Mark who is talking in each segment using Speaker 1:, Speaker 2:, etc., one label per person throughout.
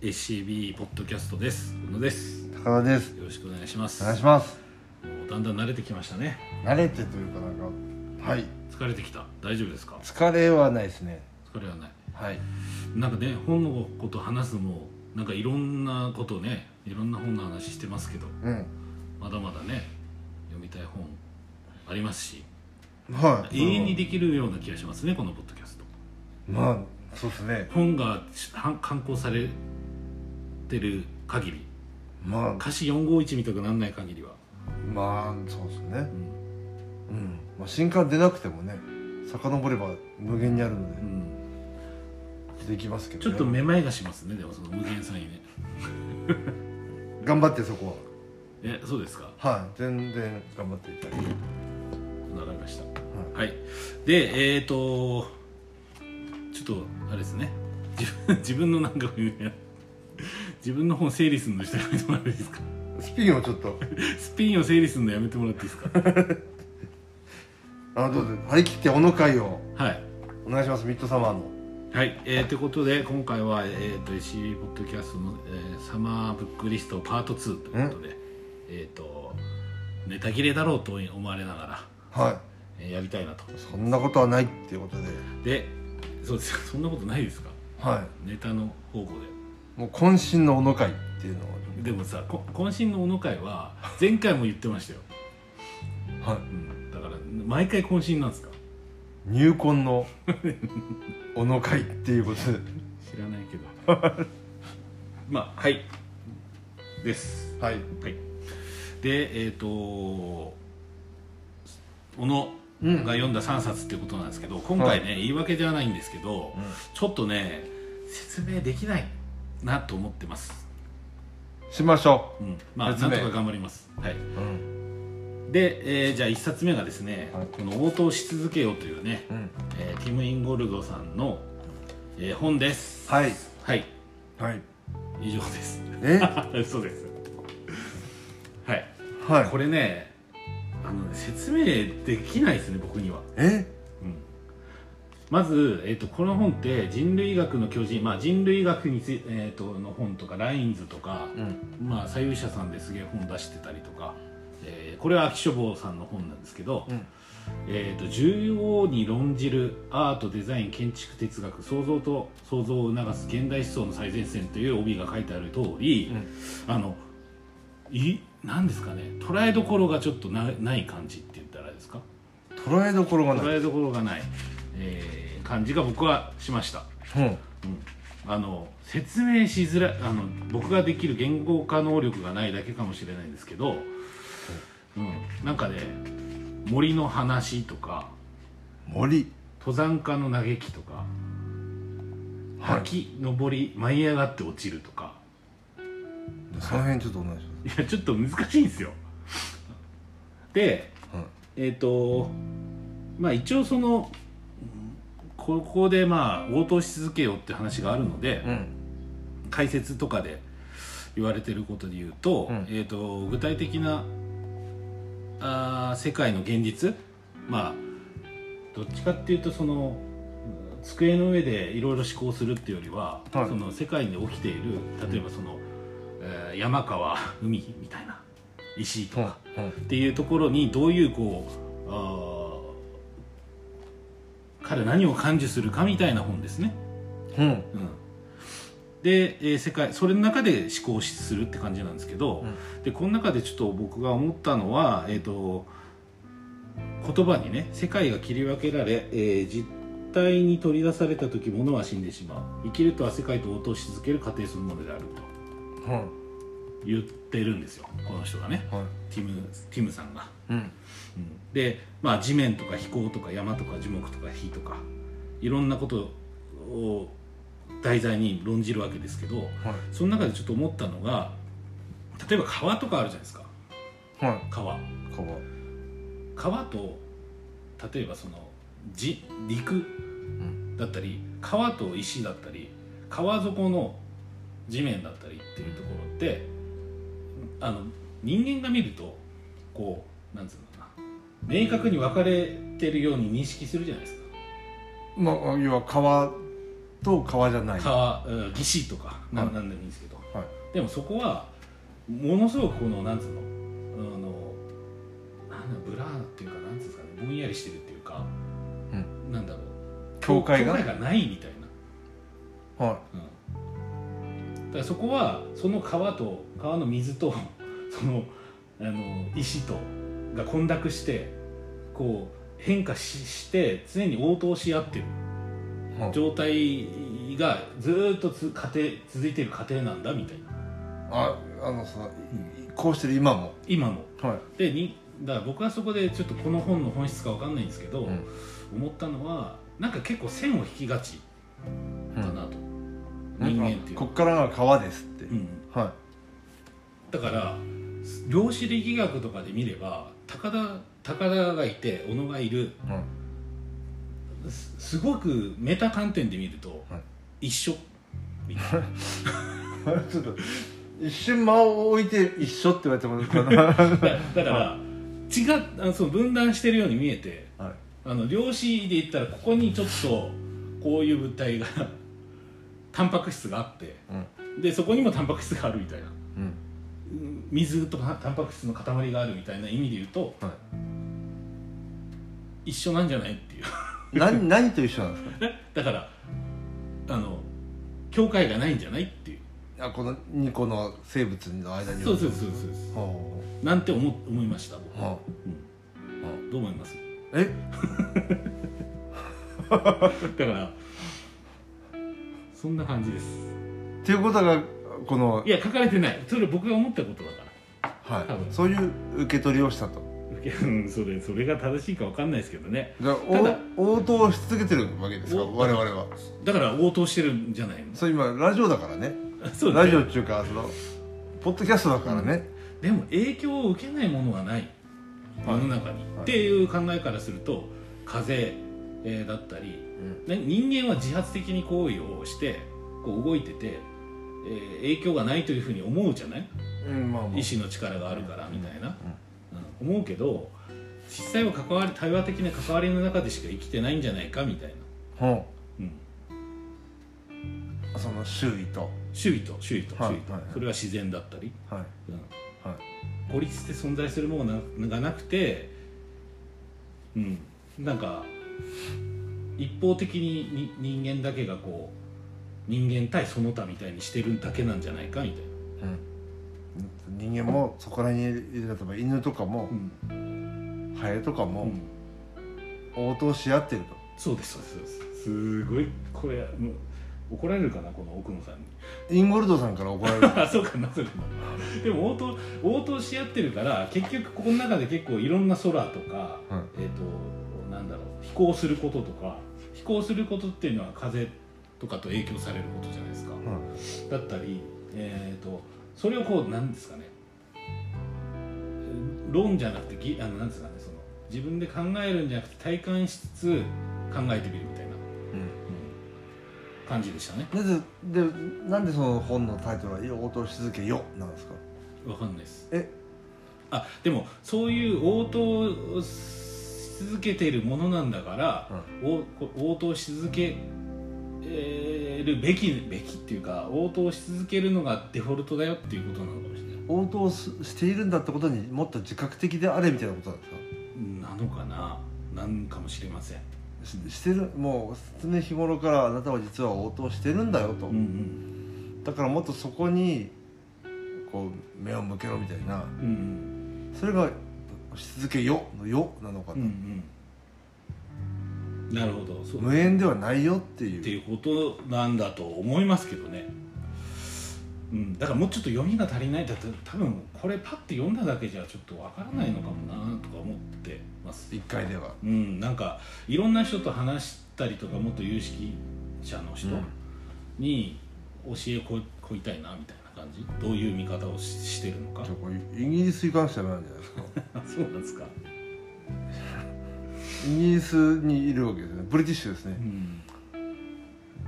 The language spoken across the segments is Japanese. Speaker 1: SCB ポッドキャストです宇野です
Speaker 2: 高田です
Speaker 1: よろしくお願いします
Speaker 2: お願いします
Speaker 1: もうだんだん慣れてきましたね
Speaker 2: 慣れてというかなんかはい
Speaker 1: 疲れてきた大丈夫ですか
Speaker 2: 疲れはないですね
Speaker 1: 疲れはない
Speaker 2: はい
Speaker 1: なんかね本のこと話すのもなんかいろんなことねいろんな本の話してますけど
Speaker 2: うん
Speaker 1: まだまだね読みたい本ありますし
Speaker 2: はい
Speaker 1: 永遠にできるような気がしますねこのポッドキャスト
Speaker 2: まあそうですね
Speaker 1: 本が刊刊行されてる限り
Speaker 2: まあ
Speaker 1: 歌詞451みたくなんない限りは、
Speaker 2: まあそうですね
Speaker 1: う
Speaker 2: う
Speaker 1: ん
Speaker 2: ん、まあ、新刊出なくてもね遡れば無限にあるので
Speaker 1: うん
Speaker 2: できますけ
Speaker 1: ち
Speaker 2: ど、
Speaker 1: ょっ
Speaker 2: ね、
Speaker 1: とめまいがしますねでもその無限さんにね
Speaker 2: 頑張ってそこ
Speaker 1: えそうですか
Speaker 2: ははい全然頑張っていただいて、
Speaker 1: わかりました
Speaker 2: は
Speaker 1: はいでえっ、ー、とちょっとあれですね自分 自分のなんか自分の本整理するのしてもらっていいですか
Speaker 2: い、スピンをちょっと
Speaker 1: スピンを整理するのやめてもらっていいですか
Speaker 2: あどうぞ張り切っておの会を
Speaker 1: はい
Speaker 2: お願いしますミッドサマーの
Speaker 1: はい、えー、ということで今回は、えー、と SCB ポッドキャストの、えーサマーブックリストパート2」ということでえっ、とネタ切れだろうと思われながら、
Speaker 2: は
Speaker 1: えーやりたいなと
Speaker 2: いそんなことはないっていうことで
Speaker 1: でそうですよそんなことないですか
Speaker 2: は
Speaker 1: ネタの方向
Speaker 2: いもう渾身のおの会っていうのを
Speaker 1: ででもさこ渾身の小野会は前回も言ってましたよ、
Speaker 2: はい
Speaker 1: うん、だから毎回渾身なんですか
Speaker 2: 入魂のおの会っていうことで
Speaker 1: 知らないけど まあはいです
Speaker 2: はい
Speaker 1: はい、でえっ、と小野が読んだ3冊っていうことなんですけど今回ね、言い訳じゃないんですけど、ちょっとね説明できないなと思ってます、
Speaker 2: しましょ
Speaker 1: うん、まあ
Speaker 2: 説明、、
Speaker 1: なんとか頑張ります、はいう
Speaker 2: うん
Speaker 1: で、えーじゃあ1冊目がですね、
Speaker 2: はい
Speaker 1: この「応答し続けよ」うというね、
Speaker 2: うん、
Speaker 1: えーティム・インゴルドさんの、えー本です
Speaker 2: はい
Speaker 1: はい
Speaker 2: はい
Speaker 1: 以上です
Speaker 2: え
Speaker 1: そうですはい
Speaker 2: はい
Speaker 1: これねあのね説明できないですね僕には、
Speaker 2: え
Speaker 1: うんまず、えっとこの本って人類学の巨人、まあ、人類学につい、えっとの本とかラインズとか、
Speaker 2: うん
Speaker 1: まあ、左右者さんですげえ本出してたりとか、えーこれは秋書房さんの本なんですけど、
Speaker 2: うん
Speaker 1: えー、と重要に論じるアートデザイン建築哲学創造と創造を促す現代思想の最前線という帯が書いてある通り、あのいなんですかね捉えどころがちょっとなない感じって言ったらあれですか
Speaker 2: 捉えどころがない
Speaker 1: 捉えどころがない、えー感じが僕はしました、
Speaker 2: うん
Speaker 1: うん、あの説明しづらいあの僕ができる言語化能力がないだけかもしれないんですけど、うん、なんかね森の話とか
Speaker 2: 森
Speaker 1: 登山家の嘆きとか
Speaker 2: はい
Speaker 1: 滝登り舞い上がって落ちるとか
Speaker 2: その辺ちょっとお願いし
Speaker 1: いやちょっと難しいんですよで
Speaker 2: ます
Speaker 1: えっ、とまあ一応そのうんここでまあ応答し続けようって話があるので、
Speaker 2: うんうん
Speaker 1: 解説とかで言われてることで言うと,、
Speaker 2: うん
Speaker 1: えー、と具体的なあー世界の現実まあどっちかっていうとそのうん机の上でいろいろ思考するっていうよりは、
Speaker 2: はい
Speaker 1: その世界で起きている例えばその、えー山川海みたいな石
Speaker 2: う
Speaker 1: と
Speaker 2: ん
Speaker 1: か、っていうところにどういうこうあー彼何を感受するかみたいな本ですね。
Speaker 2: うんうん
Speaker 1: うん、で、えー世界それの中で思考するって感じなんですけど、でこの中でちょっと僕が思ったのは、えー、と言葉にね世界が切り分けられ、えー実体に取り出された時物は死んでしまう生きるとは世界と応答し続ける過程そのものである
Speaker 2: うん
Speaker 1: と言ってるんですよこの人がね
Speaker 2: はい
Speaker 1: ティムティムさんが。
Speaker 2: うん
Speaker 1: で、まあ、地面とか飛行とか山とか樹木とか火とかいろんなことを題材に論じるわけですけど
Speaker 2: は
Speaker 1: その中でちょっと思ったのが例えば川とかあるじゃないですか
Speaker 2: いはい
Speaker 1: 川
Speaker 2: 川
Speaker 1: 川と例えばそのじ陸
Speaker 2: ん
Speaker 1: だったり川と石だったり川底の地面だったりっていうところってあの人間が見るとこうなんつうのかな明確に分かれてるように認識するじゃないですか
Speaker 2: まあ要は川
Speaker 3: と川じゃないは
Speaker 1: 川うんぎしとかな
Speaker 3: はい
Speaker 1: なんでもいいんですけど
Speaker 3: い
Speaker 1: でもそこはものすごくこのなんつうのあのなんだブラーっていうかなんつうんですかねぼんやりしてるっていうか、なんだろう
Speaker 3: 教会が
Speaker 1: 教会がないみたいな
Speaker 3: は
Speaker 1: うんだからそこはその川と川の水と そのあの石とが混濁してこう変化しして常に応答し合ってる
Speaker 3: いはい
Speaker 1: 状態がずーっとつ家庭続いてる家庭なんだみたいな
Speaker 3: ああのさこうしてる今も
Speaker 1: 今も
Speaker 3: は
Speaker 1: でにだから僕はそこでちょっとこの本の本質かわかんないんですけど、
Speaker 3: うん
Speaker 1: 思ったのはなんか結構線を引きがち
Speaker 3: い
Speaker 1: かなと、人間っていうの
Speaker 3: こ
Speaker 1: は
Speaker 3: っからが川ですって、
Speaker 1: うん、
Speaker 3: は
Speaker 1: だから量子力学とかで見れば高田高田がいて小野がいる
Speaker 3: い、はい、
Speaker 1: すすごくメタ観点で見ると、
Speaker 3: は
Speaker 1: 一緒みたいな
Speaker 3: ちょっと一瞬間を置いて一緒って言われてもかなは
Speaker 1: だだから違っあのその分断してるように見えて
Speaker 3: い
Speaker 1: あの量子で言ったらここにちょっとこういう物体がタンパク質があって
Speaker 3: うん
Speaker 1: でそこにもタンパク質があるみたいな
Speaker 3: うん
Speaker 1: うん水とかタンパク質の塊があるみたいな意味で言うと
Speaker 3: は
Speaker 1: 一緒なんじゃないっていう
Speaker 3: い何何と一緒なんですか
Speaker 1: えだからあの境界がないんじゃないっていう
Speaker 3: あこの2個の生物の間には
Speaker 1: そうそうそうそうそ
Speaker 3: は
Speaker 1: うなんて思思いました僕
Speaker 3: あは
Speaker 1: うんどう思います
Speaker 3: あえ
Speaker 1: だからそんな感じです
Speaker 3: っていうことがこの
Speaker 1: いや書かれてないそれ僕が思ったことだか
Speaker 3: はい
Speaker 1: 多分
Speaker 3: そういう受け取りをしたと
Speaker 1: らいや うんそれそれが正しいかわかんないですけどね
Speaker 3: じゃあ
Speaker 1: ただ
Speaker 3: お応答し続けてるわけですか
Speaker 1: お
Speaker 3: 我々は
Speaker 1: だから応答してるんじゃないの
Speaker 3: そう今ラジオだからね
Speaker 1: そうだ
Speaker 3: ラ
Speaker 1: ね
Speaker 3: ジオっていうかそのポッドキャストだからね、
Speaker 1: でも影響を受けないものはない世の中に、
Speaker 3: はい
Speaker 1: っていう考えからすると風、えーだったり
Speaker 3: うん
Speaker 1: ね人間は自発的に行為をしてこう動いてて、えー影響がないというふうに思うじゃない
Speaker 3: うんまあまあ
Speaker 1: 意志の力があるからみたいな、
Speaker 3: うん
Speaker 1: うん思うけど実際は関わり対話的な関わりの中でしか生きてないんじゃないかみたいな、
Speaker 3: ほ
Speaker 1: うん、
Speaker 3: うその周囲と
Speaker 1: 周囲と周囲と
Speaker 3: はい
Speaker 1: 周囲と、
Speaker 3: はい
Speaker 1: それは自然だったり、
Speaker 3: はい
Speaker 1: うん
Speaker 3: は
Speaker 1: 孤立して存在するものながなくて、うん、なんか一方的にに人間だけがこう人間対その他みたいにしてるだけなんじゃないかみたいな、
Speaker 3: うん、人間もそこら辺にいる例えば犬とかも
Speaker 1: うん
Speaker 3: ハエとか
Speaker 1: う
Speaker 3: も
Speaker 1: ん
Speaker 3: 応答し合ってると、
Speaker 1: そうですそうですそうですすごいこれもう怒られるかなこの奥野さんに
Speaker 3: インゴルドさんから怒られる
Speaker 1: あそうかなそうかな でも応答応答し合ってるから結局ここの中で結構いろんな空とか
Speaker 3: うん
Speaker 1: えっ、となんだろう飛行することとか飛行することっていうのは風とかと影響されることじゃないですか、
Speaker 3: うん
Speaker 1: だったり、えー、とそれをこうなんですかね論じゃなくてぎあのなんですかねその自分で考えるんじゃなくて体感しつつ考えてみるみたいな感じでしたね
Speaker 3: なぜでなんでその本のタイトルは「応答し続けよ」なんですか
Speaker 1: わかんないです
Speaker 3: え
Speaker 1: あでもそういう応答をし続けているものなんだから、おこ応答し続けえーるべきべきっていうか応答し続けるのがデフォルトだよっていうことなのかもしれない
Speaker 3: 応答すしているんだってことにもっと自覚的であれみたいなことなんですか
Speaker 1: なのかななんかもしれません、
Speaker 3: ししてるもう常日頃からあなたは実は応答してるんだよと、
Speaker 1: ん
Speaker 3: だからもっとそこにこう目を向けろみたいな
Speaker 1: うんうん
Speaker 3: それが「し続けよ」の「よ」なのか
Speaker 1: うんう
Speaker 3: な、
Speaker 1: んなるほどそう
Speaker 3: 無縁ではないよっていう
Speaker 1: っていうことなんだと思いますけどね、うん、だからもうちょっと読みが足りないだって多分これパッて読んだだけじゃちょっとわからないのかもなとか思ってます
Speaker 3: 一回では、
Speaker 1: うん、なんかいろんな人と話したりとかもっと有識者の人
Speaker 3: うん
Speaker 1: に教えこいこいたいなみたいな感じどういう見方をししてるのか
Speaker 3: じゃあこれイギリスに関してはなんじゃないですか
Speaker 1: あ そうなんですか、
Speaker 3: イギリスにいるわけですねブリティッシュです
Speaker 1: う
Speaker 3: ね
Speaker 1: ん、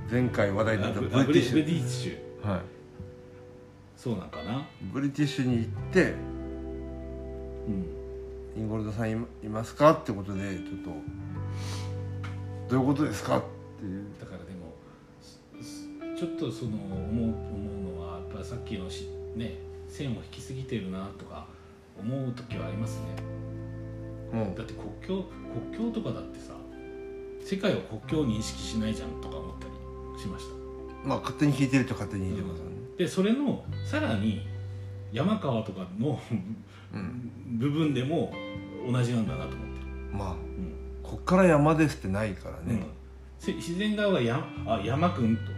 Speaker 3: 前回話題になったブリ
Speaker 1: あブリ
Speaker 3: ティッ
Speaker 1: ブ
Speaker 3: シ
Speaker 1: リテ
Speaker 3: ュ
Speaker 1: ィッシュ
Speaker 3: はい
Speaker 1: そうなんかな
Speaker 3: ブリティッシュに行って
Speaker 1: うん
Speaker 3: 「インゴルドさんいいますか?」ってことでちょっと「どういうことですか?」っていう
Speaker 1: だからでもちょっとその思う思うのはやっぱりさっきのしね線を引きすぎてるなとか思う時はありますね
Speaker 2: うん
Speaker 1: だって国境国境とかだってさ世界を国境を認識しないじゃんとか思ったりしました
Speaker 2: まあ勝手に聞いてると勝手に言ってますよね
Speaker 1: でそれのさらに山川とかの
Speaker 2: うん、
Speaker 1: 部分でも同じなんだなと思って
Speaker 2: まあ
Speaker 1: る、
Speaker 2: こっから山ですってないから
Speaker 1: うんうん
Speaker 2: ね、
Speaker 1: せ自然側はやあ山くん
Speaker 2: う
Speaker 1: と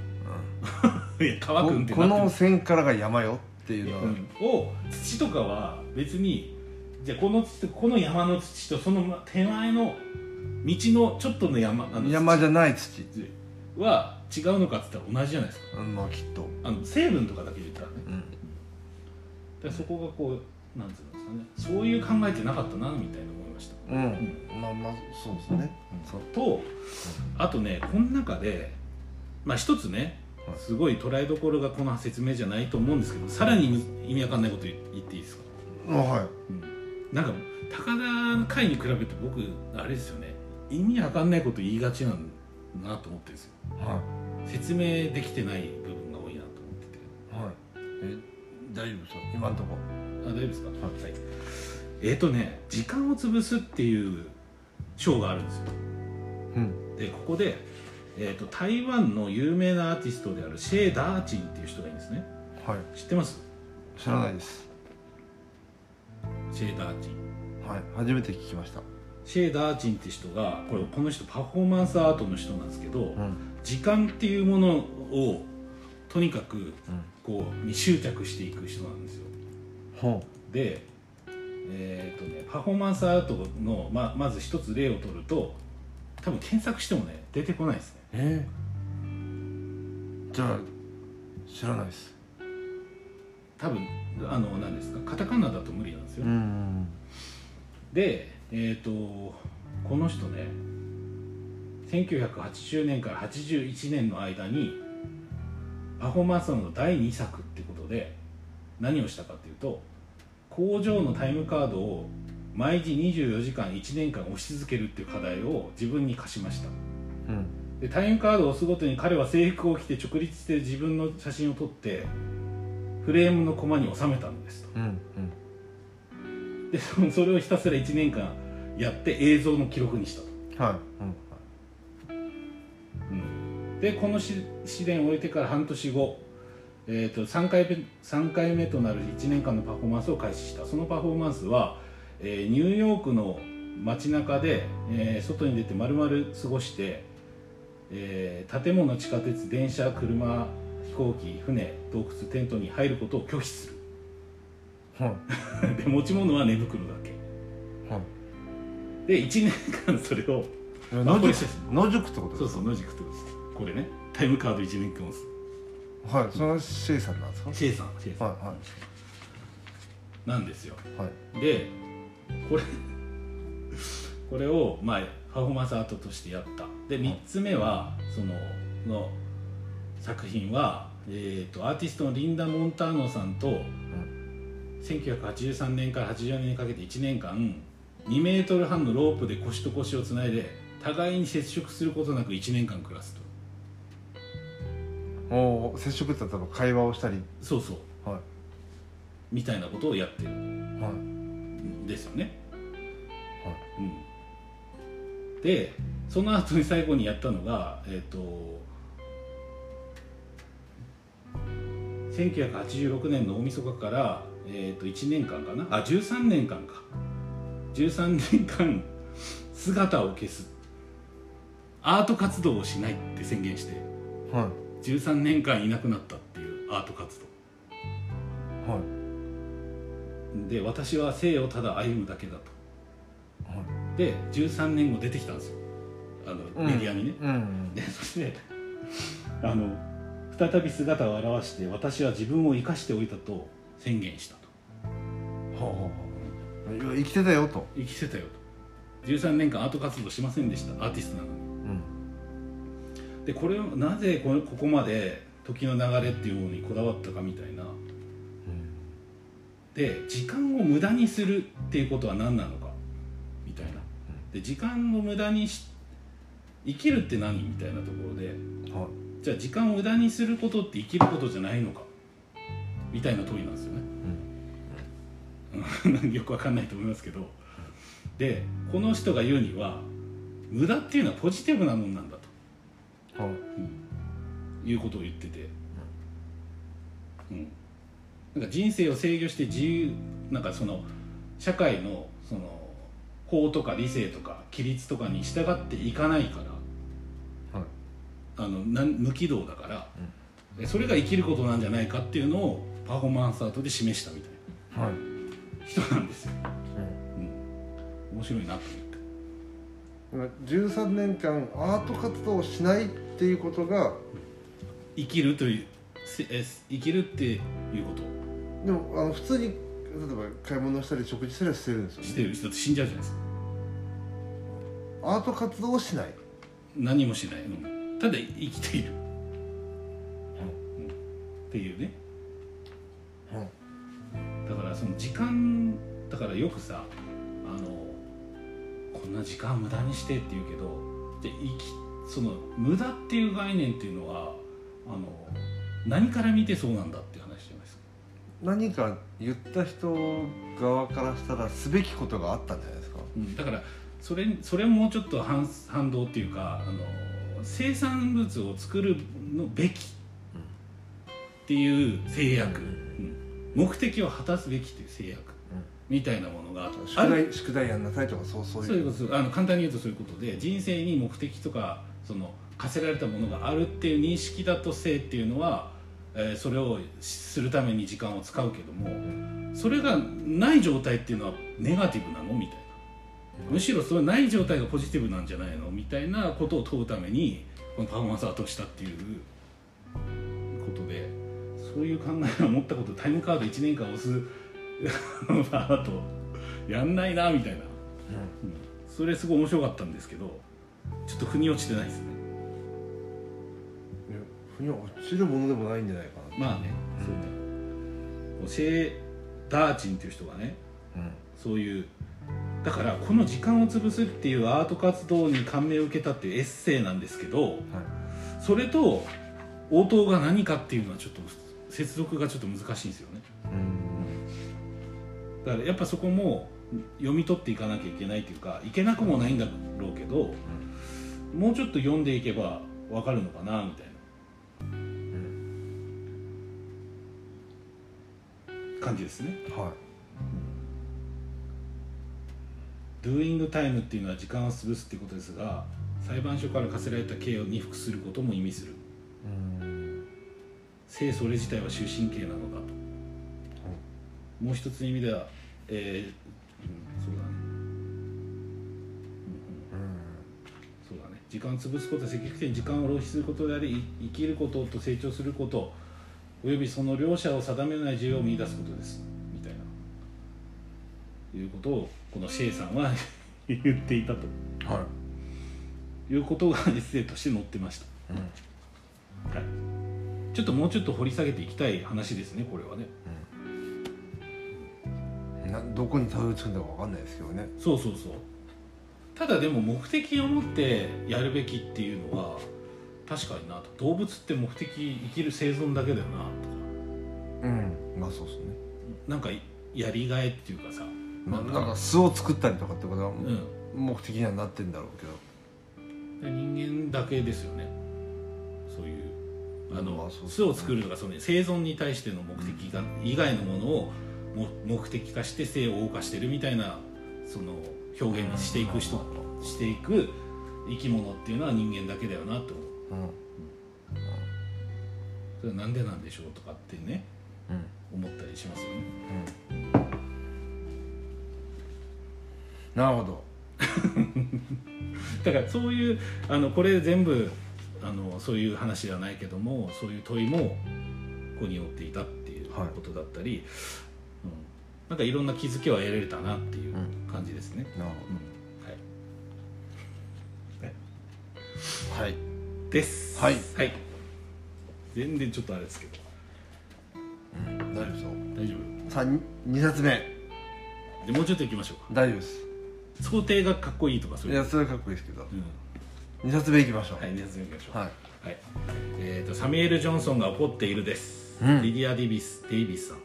Speaker 1: いや川くんっ
Speaker 2: ん
Speaker 1: て
Speaker 2: こ
Speaker 1: な
Speaker 2: こ
Speaker 1: ってる
Speaker 2: の線からが山よっていうのは、
Speaker 1: うんを土とかは別にじゃあこの土とこの山の土とその手前の道のちょっとの山あの土
Speaker 2: 山じゃない土、
Speaker 1: は違うのかっつったら同じじゃないですか
Speaker 2: うん、まあきっと、
Speaker 1: あの成分とかだけで言ったらね
Speaker 2: うん、
Speaker 1: だからそこがこうなんつうんですかねそういう考えてなかったなみたいな思いました、
Speaker 2: うん、まあまあそうですね、そう
Speaker 1: とあとねこの中でまあ一つね
Speaker 2: はい
Speaker 1: すごい捉えどころがこの説明じゃないと思うんですけどさらに意味わかんないこと言っていいですか
Speaker 2: あはい
Speaker 1: なんか高田会に比べて僕あれですよね意味わかんないこと言いがちなんだなと思ってるんですよ
Speaker 2: は
Speaker 1: 説明できてない部分が多いなと思っ
Speaker 2: い
Speaker 1: てて
Speaker 2: はいえ大丈夫ですか今んとこ
Speaker 1: あ大丈夫ですかはい、えっ、とね「時間を潰す」っていう章があるんですよ
Speaker 2: うん
Speaker 1: でここで、えー、と台湾の有名なアーティストであるシェー・ダーチンっていう人がいるんですね
Speaker 2: はい
Speaker 1: 知ってます
Speaker 2: 知らないです
Speaker 1: シェー・ダーチン
Speaker 2: はい初めて聞きました
Speaker 1: シェー・ダーチンって人がこれこの人パフォーマンスアートの人なんですけど、
Speaker 2: うん
Speaker 1: 時間っていうものをとにかく
Speaker 2: うん
Speaker 1: こうに執着していく人なんですよ
Speaker 2: ほ
Speaker 1: でえっ、とねパフォーマンスアートのままず一つ例を取ると多分検索してもね出てこないですね
Speaker 2: うえじゃあ知らないです
Speaker 1: 多分あの何ですかカタカナだと無理なんですよ、
Speaker 2: ん
Speaker 1: でえっ、とこの人ね1980年から81年の間にパフォーマンスの第2作ってことで何をしたかっていうと工場のタイムカードを毎時24時間1年間押し続けるっていう課題を自分に課しました
Speaker 2: うん
Speaker 1: でタイムカードを押すごとに彼は制服を着て直立して自分の写真を撮ってフレームのコマに収めたんですと
Speaker 2: うん
Speaker 1: でそのそれをひたすら1年間やって映像の記録にしたと、
Speaker 2: うんはいうん
Speaker 1: でこのし試練を終えてから半年後、えー、と3回目3回目となる1年間のパフォーマンスを開始したそのパフォーマンスは、えーニューヨークの街中で、えー外に出て丸々過ごして、えー建物地下鉄電車車飛行機船洞窟テントに入ることを拒否する
Speaker 2: はい
Speaker 1: で持ち物は寝袋だけ
Speaker 2: はい
Speaker 1: で1年間それを
Speaker 2: え
Speaker 1: あ
Speaker 2: 野
Speaker 1: これ
Speaker 2: 宿野宿ってこと
Speaker 1: そ
Speaker 2: で
Speaker 1: う
Speaker 2: す
Speaker 1: そう野宿ってことですこれねタイムカード1年間押す
Speaker 2: かはいそのシェイさんなんですか
Speaker 1: シェイさんシェイさん
Speaker 2: はいは
Speaker 1: なんですよ
Speaker 2: いはい
Speaker 1: でこれ これをまあパフォーマンスアートとしてやったで3つ目はそのの作品は、えー、とアーティストのリンダ・モンターノさんと1983年から84年にかけて1年間2メートル半のロープで腰と腰をつないで互いに接触することなく1年間暮らすと
Speaker 2: おお接触って例えば会話をしたり
Speaker 1: そうそう
Speaker 2: は
Speaker 1: みたいなことをやってる
Speaker 2: いはい
Speaker 1: ですよね、
Speaker 2: はい
Speaker 1: うん、でその後に最後にやったのがえっ、と1986年の大晦日から、えー、と1年間かなあ13年間か13年間姿を消すアート活動をしないって宣言して
Speaker 2: はい
Speaker 1: 13年間いなくなったっていうアート活動
Speaker 2: はい
Speaker 1: で私は生をただ歩むだけだと
Speaker 2: は
Speaker 1: で13年後出てきたんですよあ
Speaker 2: う
Speaker 1: の
Speaker 2: ん
Speaker 1: メディアにね、
Speaker 2: いうん
Speaker 1: でそして あの再び姿を現して私は自分を生かしておいたと宣言した
Speaker 2: は
Speaker 1: と
Speaker 2: あはあいや生きてたよと
Speaker 1: 生きてたよと13年間アート活動しませんでしたアーティストなのに
Speaker 2: うん
Speaker 1: でこれをなぜこここまで時の流れっていうものにこだわったかみたいなで時間を無駄にするっていうことは何なのかみたいなで時間を無駄にし生きるって何みたいなところで
Speaker 2: はい
Speaker 1: じゃあ時間を無駄にすることって生きることじゃないのかみたいな問いなんですよね、うん よくわかんないと思いますけどでこの人が言うには無駄っていうのはポジティブなもんなんだと
Speaker 2: はい
Speaker 1: いうことを言ってて、うん、なんか人生を制御して自由なんかその社会のその法とか理性とか規律とかに従っていかないから、
Speaker 2: はい
Speaker 1: あのなん無軌道だから、でそれが生きることなんじゃないかっていうのをパフォーマンスアートで示したみたい
Speaker 2: はい、
Speaker 1: な人なんですよ面白いなと思って
Speaker 2: うん、13年間アート活動をしないっていうことが
Speaker 1: 生きるというせえ生きるっていうこと
Speaker 2: でもあの普通に例えば買い物したり食事したりはしてるんですよ
Speaker 1: を
Speaker 2: ね
Speaker 1: してる人って死んじゃうじゃないですか
Speaker 2: アート活動をしない
Speaker 1: 何もしない、うん、ただ生きている、うんっていうね
Speaker 2: はい
Speaker 1: だからその時間だからよくさあのこんな時間無駄にしてって言うけどで生きその無駄っていう概念っていうのはあの何から見てそうなんだっていう話じゃないですか
Speaker 2: 何か言った人側からしたらすべきことがあったんじゃないですか
Speaker 1: うん、だからそれそれをもうちょっと反反動っていうかあの生産物を作るのべきっていう制約、
Speaker 2: う
Speaker 1: うん目的を果たすべきっていう制約、
Speaker 2: うん
Speaker 1: みたいなものがあ
Speaker 2: 宿
Speaker 1: る
Speaker 2: 題宿題やんなさいとかそうそう
Speaker 1: そうい
Speaker 2: いうう
Speaker 1: ことですあの簡単に言うとそういうことで人生に目的とかその課せられたものがあるっていう認識だと性っていうのは、えーそれをするために時間を使うけどもそれがない状態っていうのはネガティブなのみたいな。むしろそれない状態がポジティブなんじゃないのみたいなことを問うためにこのパフォーマンスアートをしたっていうことでそういう考えを持ったことタイムカード1年間押す アートやんないなみたいな、うんそれすごい面白かったんですけどちょっと腑に落ちてないですね
Speaker 2: いや腑に落ちるものでもないんじゃないか
Speaker 1: まあねそうねこうシェーダーチンっていう人がね
Speaker 2: な、
Speaker 1: そういうだからこの時間を潰すっていうアート活動に感銘を受けたっていうエッセイなんですけど
Speaker 2: はい、
Speaker 1: それと応答が何かっていうのはちょっと接続がちょっと難しいんですよねだからやっぱそこも読み取っていかなきゃいけないというかいけなくもないんだろうけど、もうちょっと読んでいけばわかるのかなみたいな感じですね
Speaker 2: は
Speaker 1: ドゥーイングタイムっていうのは時間を潰すっていうことですが裁判所から課せられた刑を二服することも意味する
Speaker 2: いうん
Speaker 1: 性それ自体は終身刑なのだと、もう一つの意味では、えーうん、そうだね、そうだね時間を潰すことは積極的に時間を浪費することでありい生きることと成長することおよびその両者を定めない自由を見出すことですみたいないうことをこのシェイさんは 言っていたと
Speaker 2: は
Speaker 1: いうことがエッセイとして載ってました
Speaker 2: い、うん
Speaker 1: はい、ちょっともうちょっと掘り下げていきたい話ですねこれはね
Speaker 2: などこにたどり着くんだかわかんないですけどね
Speaker 1: そうそうそうただでも目的を持ってやるべきっていうのは確かになと動物って目的生きる生存だけだよなとか
Speaker 2: うんまあそうですね
Speaker 1: なんかやりがいっていうかさ、
Speaker 2: まあなんか巣を作ったりとかってことは
Speaker 1: うん、
Speaker 2: 目的にはなってんだろうけど
Speaker 1: 人間だけですよねそういうあの、
Speaker 2: まあそう
Speaker 1: 巣を作るとかその生存に対しての目的が、以外のものをも目的化して性を謳歌してるみたいなその表現にしていく人、していく生き物っていうのは人間だけだよなと思う
Speaker 2: うん
Speaker 1: それはなんでなんでしょうとかってね
Speaker 2: うん
Speaker 1: 思ったりしますよね
Speaker 2: なるほど
Speaker 1: だからそういうあのこれ全部あのそういう話ではないけどもそういう問いもここに寄っていたっていう
Speaker 2: はい
Speaker 1: ことだったり、うん、なんかいろんな気づきは得られたなっていう
Speaker 2: う
Speaker 1: 感じですね。
Speaker 2: なる
Speaker 1: うんはい、
Speaker 2: ほどはい
Speaker 1: です。
Speaker 2: はい
Speaker 1: 全然ちょっとあれですけど
Speaker 2: 大丈夫ですよ
Speaker 1: 大丈
Speaker 2: さあに2冊目
Speaker 1: 夫でもうちょっと行きましょう
Speaker 2: 大丈夫です
Speaker 1: か想定がかっこいいとかそう
Speaker 2: い
Speaker 1: いう、
Speaker 2: やそれはかっこいいですけど
Speaker 1: うん、
Speaker 2: 2冊目いきましょう
Speaker 1: はい2冊目行きましょう、
Speaker 2: はい
Speaker 1: はいえー、とサミュエル・ジョンソンが怒っているです、
Speaker 3: うん
Speaker 1: リディア・デイビスデイビスさん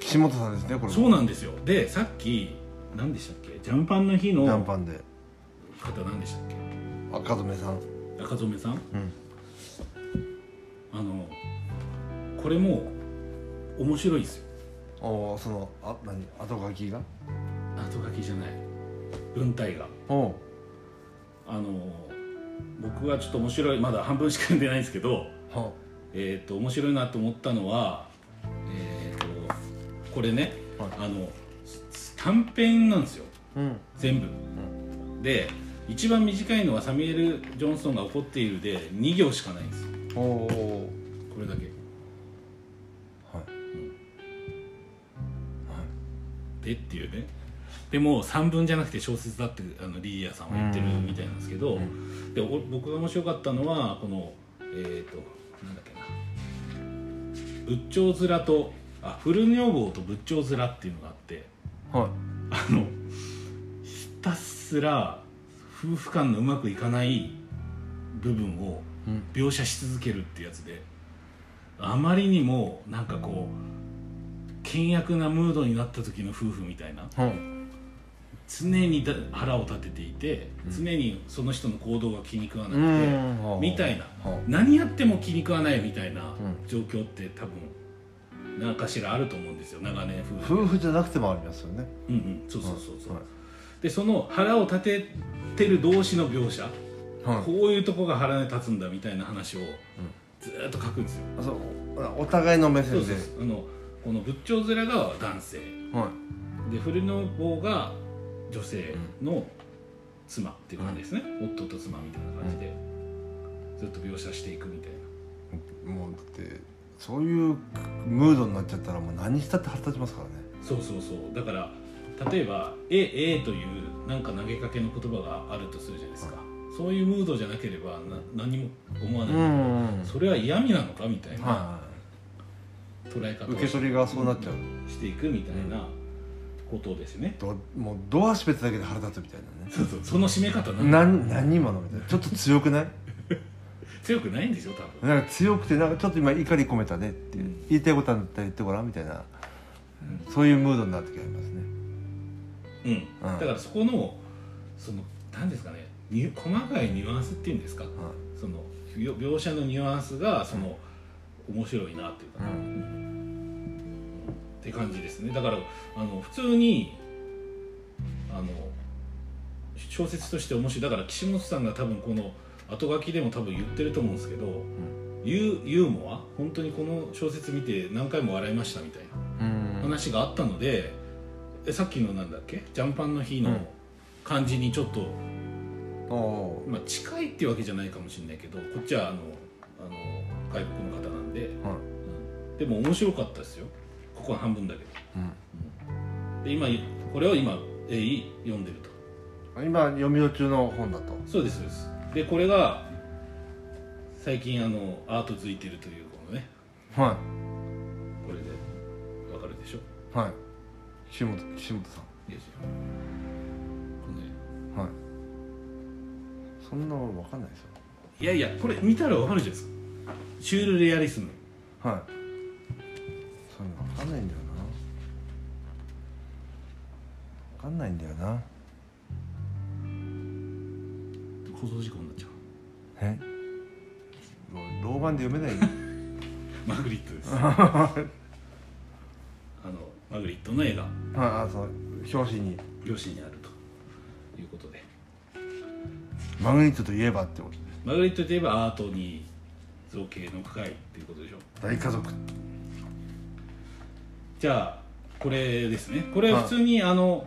Speaker 3: 岸本さんですねこれ
Speaker 1: そうなんですよでさっき何でしたっけジャンパンの日の
Speaker 3: 短
Speaker 1: 方
Speaker 3: パンで
Speaker 1: 何でしたっけ
Speaker 3: 赤染さん
Speaker 1: 中染さん
Speaker 3: うん
Speaker 1: あのこれも面白いですよ
Speaker 3: おーそのあ何後書きが
Speaker 1: 後書きじゃない文体が
Speaker 3: おう
Speaker 1: あの僕はちょっと面白いまだ半分しか読んでないんですけど
Speaker 3: は
Speaker 1: えっ、と面白いなと思ったのはえっ、とこれね、
Speaker 3: はい
Speaker 1: あの短編なんですよ
Speaker 3: うん
Speaker 1: 全部、で一番短いのはサミュエル・ジョンソンが怒っているで2行しかないんですよ
Speaker 3: おお
Speaker 1: これだけ
Speaker 3: はい、
Speaker 1: でっていうねでも3文じゃなくて小説だってあのリーヤさんは言ってるみたいなんですけど、
Speaker 3: う
Speaker 1: でお僕が面白かったのはこのえっ、となんだっけな仏頂面とあ古女房と仏頂面っていうのがあって
Speaker 3: はいはい
Speaker 1: あのひたすら夫婦間のうまくいかない部分を
Speaker 3: うん
Speaker 1: 描写し続けるってやつであまりにもなんかこう険悪なムードになった時の夫婦みたいな
Speaker 3: はい
Speaker 1: 常にだ腹を立てていて
Speaker 3: うん
Speaker 1: 常にその人の行動が気に食わなく
Speaker 3: う
Speaker 1: て、
Speaker 3: んはあ
Speaker 1: みたいな
Speaker 3: は
Speaker 1: 何やっても気に食わないみたいな
Speaker 3: う
Speaker 1: 状況って多分何かしらあると思うんですよ長年夫婦
Speaker 3: 夫婦じゃなくてもありますよね
Speaker 1: うんうんそうそうそうそう、
Speaker 3: はい
Speaker 1: でその腹を立ててる同士の描写、
Speaker 3: はい
Speaker 1: こういうとこが腹に立つんだみたいな話をずーっと書くんですよ、
Speaker 3: あそうおお互いの目
Speaker 1: そう
Speaker 3: 線
Speaker 1: そ
Speaker 3: で
Speaker 1: うそうあのこの仏頂面が男性
Speaker 3: は
Speaker 1: で古の方が女性の妻っていう感じですね、夫と妻みたいな感じで、ずっと描写していくみたいない
Speaker 3: もうだってそういうムードになっちゃったらもう何したって腹立ちますからね
Speaker 1: そうそうそうだから例えば「えええ」というなんか投げかけの言葉があるとするじゃないですか、そういうムードじゃなければな何も思わない、
Speaker 3: ん
Speaker 1: それは嫌味なのかみたいな
Speaker 3: は
Speaker 1: 捉え方
Speaker 3: い
Speaker 1: を
Speaker 3: 受け取りがそうなっちゃう
Speaker 1: していくみたいなことですね、
Speaker 3: どもうドア閉めただけで腹立つみたいなね
Speaker 1: そうそうその締め方なんか
Speaker 3: なん何今のみたいなちょっと強くない
Speaker 1: 強くないんですよ多分
Speaker 3: なんか強くてなんかちょっと今怒り込めたねっていう言いたいことあったら言ってごらんみたいなそういうムードになってきますね
Speaker 1: うん、
Speaker 3: うん
Speaker 1: だからそこのその何ですかねに細かいニュアンスっていうんですか
Speaker 3: は
Speaker 1: そのよ描写のニュアンスがその面白いなっていうか、
Speaker 3: いうん
Speaker 1: って感じですねだからあの普通にあの小説として面白いだから岸本さんが多分この後書きでも多分言ってると思うんですけど、ユーユーモア本当にこの小説見て何回も笑いましたみたいな
Speaker 3: うん
Speaker 1: 話があったので、えさっきのなんだっけジャンパンの日の
Speaker 3: うん
Speaker 1: 感じにちょっと、
Speaker 3: おお
Speaker 1: まあ、近いっていうわけじゃないかもしれないけどこっちはあのあの外国の方なんで、
Speaker 3: はい
Speaker 1: でも面白かったですよここは半分だけど。
Speaker 3: うん
Speaker 1: で今これを今、えー読んでると
Speaker 3: 今読み途中の本だと
Speaker 1: そうですそうですでこれが最近あのアートづいてるというこのね
Speaker 3: は
Speaker 1: これでわかるでしょ
Speaker 3: いはい岸本岸本さん
Speaker 1: いいですよこのね
Speaker 3: はい。そんなもんわかんないですよ。
Speaker 1: いやいやこれ見たらわかるじゃないですかシュールレアリスム
Speaker 3: はい。そういうのわかんないんだよな。わかんないんだよな。
Speaker 1: 放送事故になっちゃう
Speaker 3: え。もう老眼で読めない。
Speaker 1: マグリット ですあ
Speaker 3: はい、
Speaker 1: のマグリットの映画
Speaker 3: あ、そう、表紙に。
Speaker 1: 両親にあるということで
Speaker 3: マグニットといえばってことで
Speaker 1: マグリットといえばアートに造形の深いっていうことでしょ
Speaker 3: す。大家族。
Speaker 1: じゃあこれですねこれ
Speaker 3: はい
Speaker 1: 普通にあの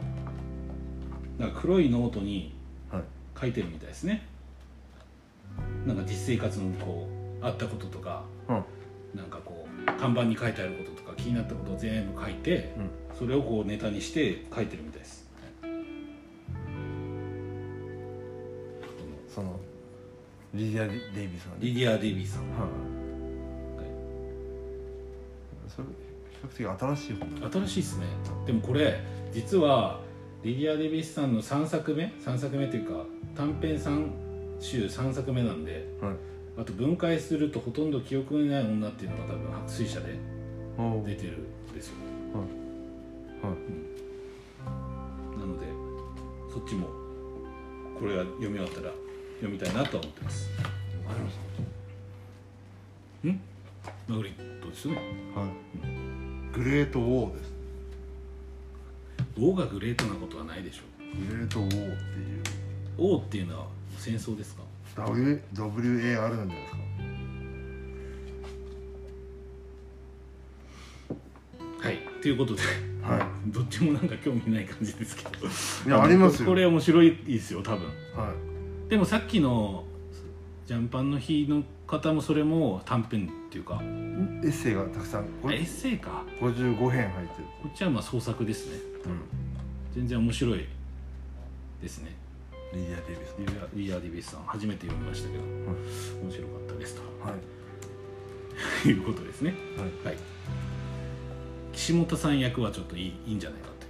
Speaker 1: なんか黒いノートに
Speaker 3: はい。
Speaker 1: 書いてるみたいですねなんか実生活のこうあったこととか
Speaker 3: うん。
Speaker 1: なんかこう看板に書いてあることとか気になったことを全部書いてそれをこうネタにして書いてるみたいです
Speaker 3: その。リディア・デイビスさんね。
Speaker 1: リディア・デイビーさん
Speaker 3: はい。それ、比較的新しい本だ。
Speaker 1: 新しいですねでもこれ実はリディア・デイビースさんの3作目3作目というか短編3集3作目なんで
Speaker 3: はい。
Speaker 1: あと分解するとほとんど記憶にない女っていうのが多分白水社で
Speaker 2: おう
Speaker 1: 出てるんですよ
Speaker 2: はい
Speaker 1: なのでそっちもこれが読み終わったら読みたいなとは思ってますんマグリットですよね
Speaker 3: はい、グレートウォーです
Speaker 1: 王がグレートなことはないでしょ
Speaker 3: グレートウォーっていう
Speaker 1: う王っていうのは戦争ですか
Speaker 3: W WAR なんじゃないですか
Speaker 1: はいということで
Speaker 3: は
Speaker 1: どっちもなんか興味ない感じですけど
Speaker 3: いいやありますよ
Speaker 1: これ面白いですよ多分
Speaker 3: は
Speaker 1: でもさっきのジャンパンの日の方もそれも短編っていうか
Speaker 3: いエッセイがたくさんこ
Speaker 1: エ
Speaker 3: れ
Speaker 1: ッセイか
Speaker 3: 55編入ってる
Speaker 1: こっちはまあ創作ですね全然面白いですね
Speaker 2: リディア・デイビス
Speaker 1: リーダーリーダー・ディビスさん初めて読みましたけど、面白かったですと
Speaker 3: はい
Speaker 1: いうことですね
Speaker 2: はい
Speaker 1: はい岸本さん役はちょっといいいいんじゃないかとい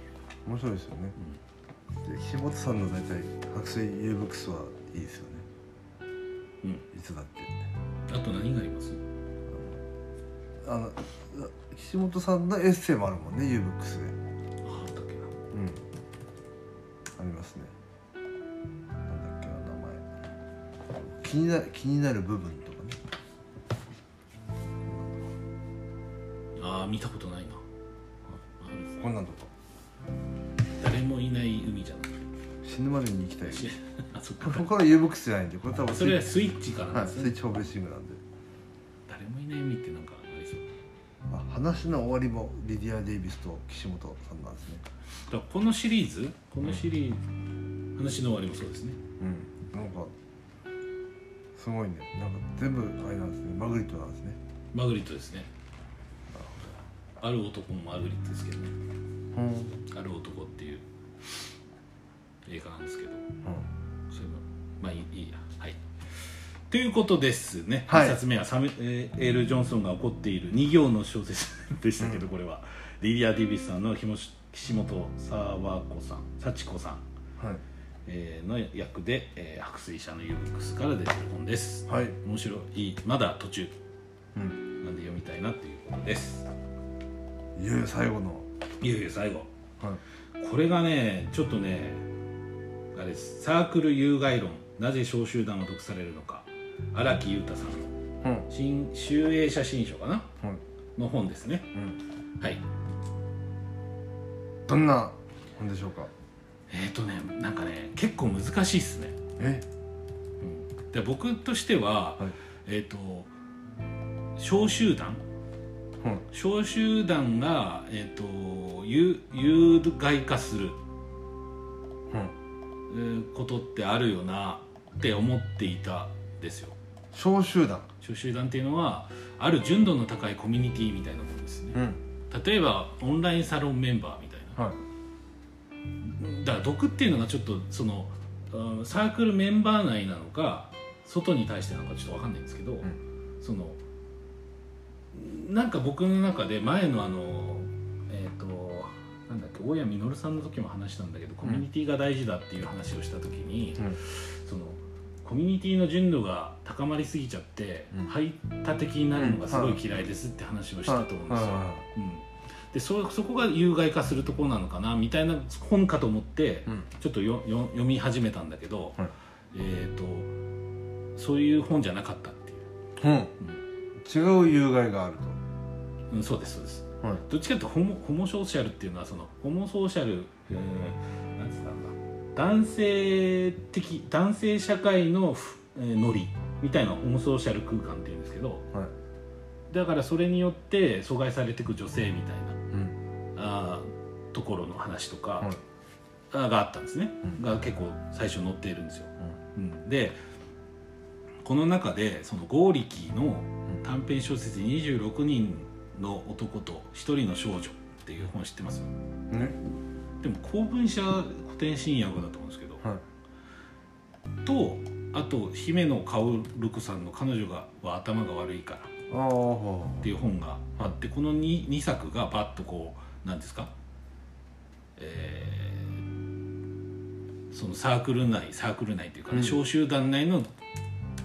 Speaker 1: う
Speaker 3: 面白いですよね、で岸本さんの大体白水 U ブックスはいいですよね、いつだって
Speaker 1: あと何があります
Speaker 3: あの岸本さんのエッセイもあるもんね U ブックスでうん
Speaker 1: ああったっけな
Speaker 3: ありますねなんだっけな名前気にな気になる部分とかね
Speaker 1: ああ見たことないなあ
Speaker 3: こんなんとか
Speaker 1: 誰もいない海じゃなくて
Speaker 3: 死ぬまでに行きたい
Speaker 1: しあそっか
Speaker 3: ここから U ブックスじゃないんでこれ多分
Speaker 1: それはスイッチからな
Speaker 3: は
Speaker 1: ん
Speaker 3: い、
Speaker 1: です
Speaker 3: ス
Speaker 1: ね、
Speaker 3: イッチホーベーシングなんで
Speaker 1: 誰もいない海ってなんかありそう
Speaker 3: あ話の終わりもリディア・デイビスと岸本さんなんですね
Speaker 1: だからこのシリーズこのシリーズ、話の終わりもそうですね
Speaker 3: うんなんかすごいねなんか全部あれなんですねマグリットなんですね
Speaker 1: マグリットですねある男もマグリットですけどね
Speaker 3: うん、
Speaker 1: 「ある男」っていう映画なんですけどそれもまあいいいいやはいということですね、
Speaker 3: はい
Speaker 1: 一冊目はサムえーエール・ジョンソンが怒っている2行の小説でしたけど、これはリリア・ディビスさんのひもし岸本沢子さん幸子さん、
Speaker 3: はい
Speaker 1: えーの役で、えー白水社の U ブックスから出てる本です
Speaker 3: はい、
Speaker 1: 面白いまだ途中
Speaker 3: うん、
Speaker 1: なんで読みたいなっていうことです
Speaker 3: いよいよ最後の
Speaker 1: いよいよ最後
Speaker 3: はい
Speaker 1: これがねちょっとねあれですサークル有害論なぜ小集団を毒されるのか荒木裕太さんの
Speaker 3: うん
Speaker 1: 新集英写真書かな
Speaker 3: はい
Speaker 1: の本ですね
Speaker 3: うん
Speaker 1: はい
Speaker 3: どんな本でしょうか
Speaker 1: えっ、とねなんかね結構難しいっすね、
Speaker 3: え
Speaker 1: で僕としては、
Speaker 3: はい
Speaker 1: えっ、と小集団
Speaker 3: はい
Speaker 1: 小集団が、えっと有有害化する
Speaker 3: うん
Speaker 1: えーことってあるよなって思っていたんですよ
Speaker 3: 小集団
Speaker 1: 小集団っていうのはある純度の高いコミュニティみたいなものですね
Speaker 3: ん
Speaker 1: 例えばオンラインサロンメンバーみたいな
Speaker 3: はい
Speaker 1: だから毒っていうのがちょっとそのうんサークルメンバー内なのか外に対してなのかちょっと分かんないんですけど、そのなんか僕の中で前のあのえっ、となんだっけ大谷実さんの時も話したんだけどコミュニティが大事だっていう話をした時に、
Speaker 3: うん
Speaker 1: そのコミュニティの純度が高まりすぎちゃって、
Speaker 3: うん
Speaker 1: 排他的になるのがすごい嫌いですって話をしたと思うんですよ。うんでそそこが有害化するところなのかなみたいな本かと思って
Speaker 3: うん
Speaker 1: ちょっとよよ読み始めたんだけど、
Speaker 3: はい
Speaker 1: えっ、とそういう本じゃなかったっていう、
Speaker 3: うん違う有害がある
Speaker 1: うん、そうですそうです
Speaker 3: とはい
Speaker 1: どっちかっていうとホモホモソーシャルっていうのはそのホモソーシャル、えー、なんつったんだ男性的男性社会の、ふえーノリみたいなホモソーシャル空間っていうんですけど
Speaker 3: はい
Speaker 1: だからそれによって阻害されていく女性みたいな
Speaker 3: うん
Speaker 1: あーところの話とか、
Speaker 3: はい
Speaker 1: あがあったんですね、
Speaker 3: うん
Speaker 1: が結構最初載っているんですよ。うんでこの中でその剛力の短編小説「26人の男と1人の少女」っていう本知ってます
Speaker 3: うんね
Speaker 1: でも公文社古典新訳だと思うんですけど、
Speaker 3: はい
Speaker 1: とあと姫野薫子さんの「彼女がは頭が悪いから」
Speaker 3: ああは
Speaker 1: っていう本があってこの 2, 2作がバッとこうなんですか、えーそのサークル内サークル内っていうかね、
Speaker 3: うん
Speaker 1: 小集団内の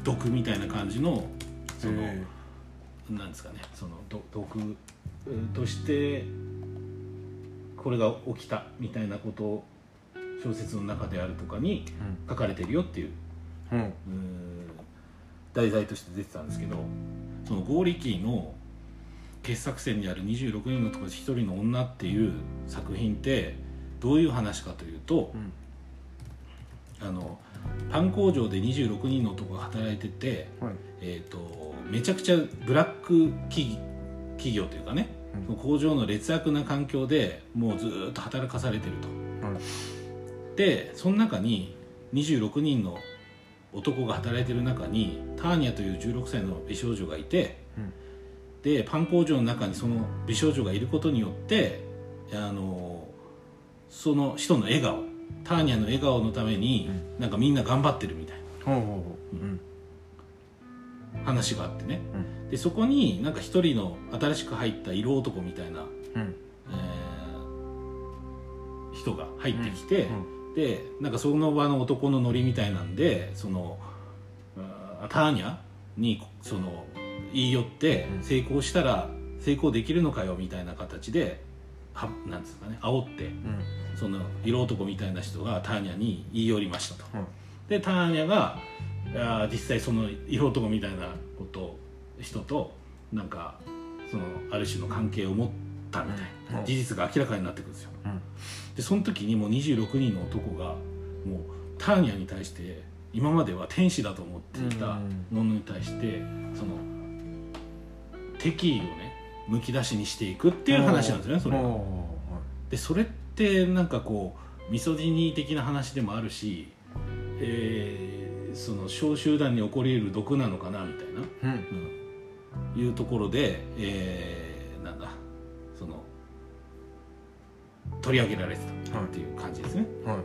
Speaker 1: 毒みたいな感じのその、
Speaker 3: え
Speaker 1: なんですかねそのど毒としてこれが起きたみたいなことを小説の中であるとかに書かれてるよっていう
Speaker 2: うん
Speaker 1: うーん題材として出てたんですけどそのゴーリキーの傑作選にある「26人のところで一人の女」っていう作品ってどういう話かというと、
Speaker 2: うん
Speaker 1: あのパン工場で26人の男が働いてて、
Speaker 2: はい
Speaker 1: えー、とめちゃくちゃブラック企企業というかね、
Speaker 2: うん
Speaker 1: その工場の劣悪な環境でもうずーっと働かされてると。
Speaker 2: はい
Speaker 1: でその中に26人の男が働いてる中にターニャという16歳の美少女がいて、
Speaker 2: うん
Speaker 1: でパン工場の中にその美少女がいることによってあのその人の笑顔ターニャの笑顔のために、なんかみんな頑張ってるみたい
Speaker 2: ほうほうほううん
Speaker 1: な話があってね、でそこになんか一人の新しく入った色男みたいな、
Speaker 2: うん
Speaker 1: えー人が入ってきて、
Speaker 2: うん
Speaker 1: でなんかその場の男のノリみたいなんでそのうんターニャにその言い寄って
Speaker 2: うん
Speaker 1: 成功したら成功できるのかよみたいな形ではなんですかね煽って
Speaker 2: うん
Speaker 1: その色男みたいな人がターニャに言い寄りましたと、
Speaker 2: うん
Speaker 1: でターニャがあー実際その色男みたいなこと人となんかそのある種の関係を持ったみたいな、
Speaker 2: うん
Speaker 1: 事実が明らかになってくるんですよ、
Speaker 2: うん
Speaker 1: でその時にもう26人の男がもうターニャに対して今までは天使だと思っていたものに対してその敵意をねむき出しにしていくっていう話なんですよねそれは
Speaker 2: ほうほうほ
Speaker 1: でそれってなんかこうミソジニー的な話でもあるし、えーその小集団に起こり得る毒なのかなみたいな、
Speaker 2: ううん
Speaker 1: うんいうところで、えーなんだその取り上げられてたっていう感じですね、
Speaker 2: はい
Speaker 1: うん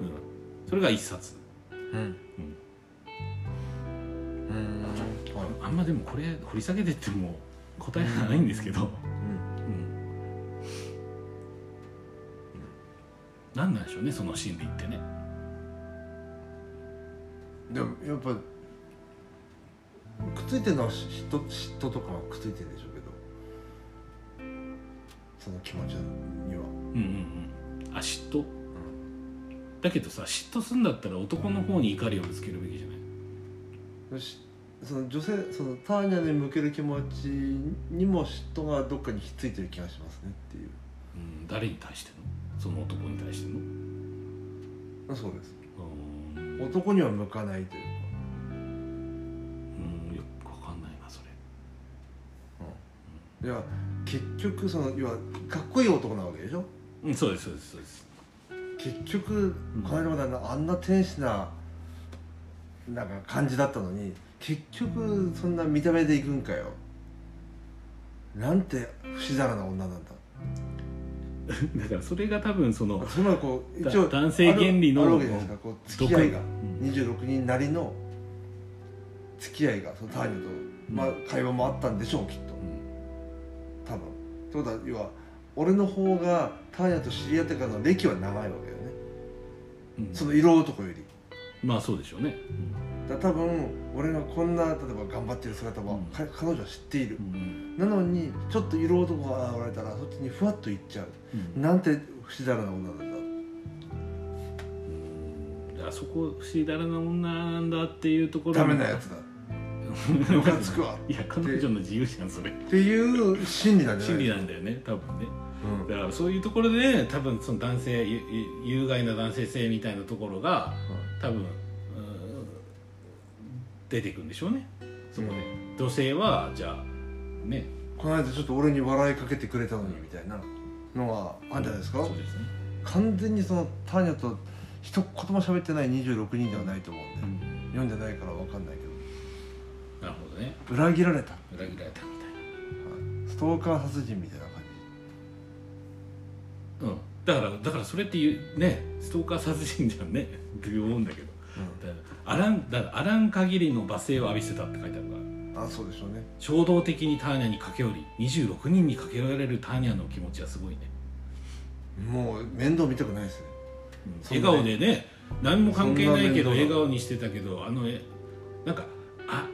Speaker 1: それが一冊
Speaker 2: うんうん
Speaker 1: あんまでもこれ掘り下げてっても答えがないんですけど、うんなんなんでしょうねその心理ってね
Speaker 3: でもやっぱくっついてるのは嫉妬嫉妬とかはくっついてるんでしょうけどその気持ちに
Speaker 1: う
Speaker 3: は
Speaker 1: んうんうんあ嫉妬、だけどさ嫉妬するんだったら男の方に怒りをぶつけるべきじゃない
Speaker 3: よしその女性そのターニャに向ける気持ちにも嫉妬がどっかにひっついてる気がしますねっていう
Speaker 1: うん誰に対してのその男に対してのう
Speaker 3: そうです
Speaker 1: ーんう
Speaker 3: 男には向かないという
Speaker 1: ーんよくわかんないなそれ
Speaker 3: かいや結局その要はかっこいい男なわけでしょ
Speaker 1: うんそうですそうですそうです
Speaker 3: 結局この間まであんな天使ななんか感じだったのに結局そんな見た目でいくんかよなんて不自然な女なんだ
Speaker 1: だからそれが多分その
Speaker 3: そんなこう
Speaker 1: だ
Speaker 3: 一応
Speaker 1: 男性原理の
Speaker 3: あるあるわけじゃないですかこう付き合いが
Speaker 1: うん
Speaker 3: 26人なりの付き合いがそのターニャと、まあ
Speaker 1: う、
Speaker 3: 会話もあったんでしょうきっと
Speaker 1: うん
Speaker 3: 多分ってことは要は俺の方がターニャと知り合ってからの歴は長いわけよね
Speaker 1: うん
Speaker 3: その色男より
Speaker 1: まあそうでしょうね
Speaker 3: だから多分俺がこんな例えば頑張ってる姿は、
Speaker 1: うん
Speaker 3: か彼女は知っている
Speaker 1: う、ん
Speaker 3: なのにちょっと色男が現れたらそっちにふわっと行っちゃう
Speaker 1: うん
Speaker 3: なんて不自然な女なんだ
Speaker 1: うんだからそこ不思議だらな女なんだっていうところ
Speaker 3: ダメなやつだムカつくわ
Speaker 1: いや彼女の自由じゃんそれ
Speaker 3: っていう心理なんじゃ
Speaker 1: 心
Speaker 3: ない
Speaker 1: 理な
Speaker 3: で
Speaker 1: んだよね多分ね
Speaker 3: すか、うん
Speaker 1: だからそういうところで多分その男性ゆゆ有害な男性性みたいなところが多分、うん出てくるんでしょうねそこで、女性はじゃあね
Speaker 3: この間ちょっと俺に笑いかけてくれたのにみたいなのはあるんじゃないですか、
Speaker 1: そうですね、
Speaker 3: 完全にそのターニャと一言も喋ってない26人ではないと思うんで、
Speaker 1: うん
Speaker 3: 読んでないから分かんないけ
Speaker 1: なるほどね
Speaker 3: ど裏切られた、は
Speaker 1: 裏切られたみたい
Speaker 3: いストーカー殺人みたいな感
Speaker 1: なうんだからだからそれっていうねストーカー殺人じゃんねって思うんだけど
Speaker 3: じ、
Speaker 1: だからあらんだからあらん限りの罵声を浴びせたって書いてあるから
Speaker 3: うんあそうでしょうね
Speaker 1: 衝動的にターニャに駆け寄り26人に駆け寄られるターニャの気持ちはすごいね
Speaker 3: もう面倒見たくないですねそん
Speaker 1: 笑顔
Speaker 3: な
Speaker 1: でね何も関係ないけど
Speaker 3: そんな面倒な
Speaker 1: 笑顔にしてたけどあのえなんかあわかんない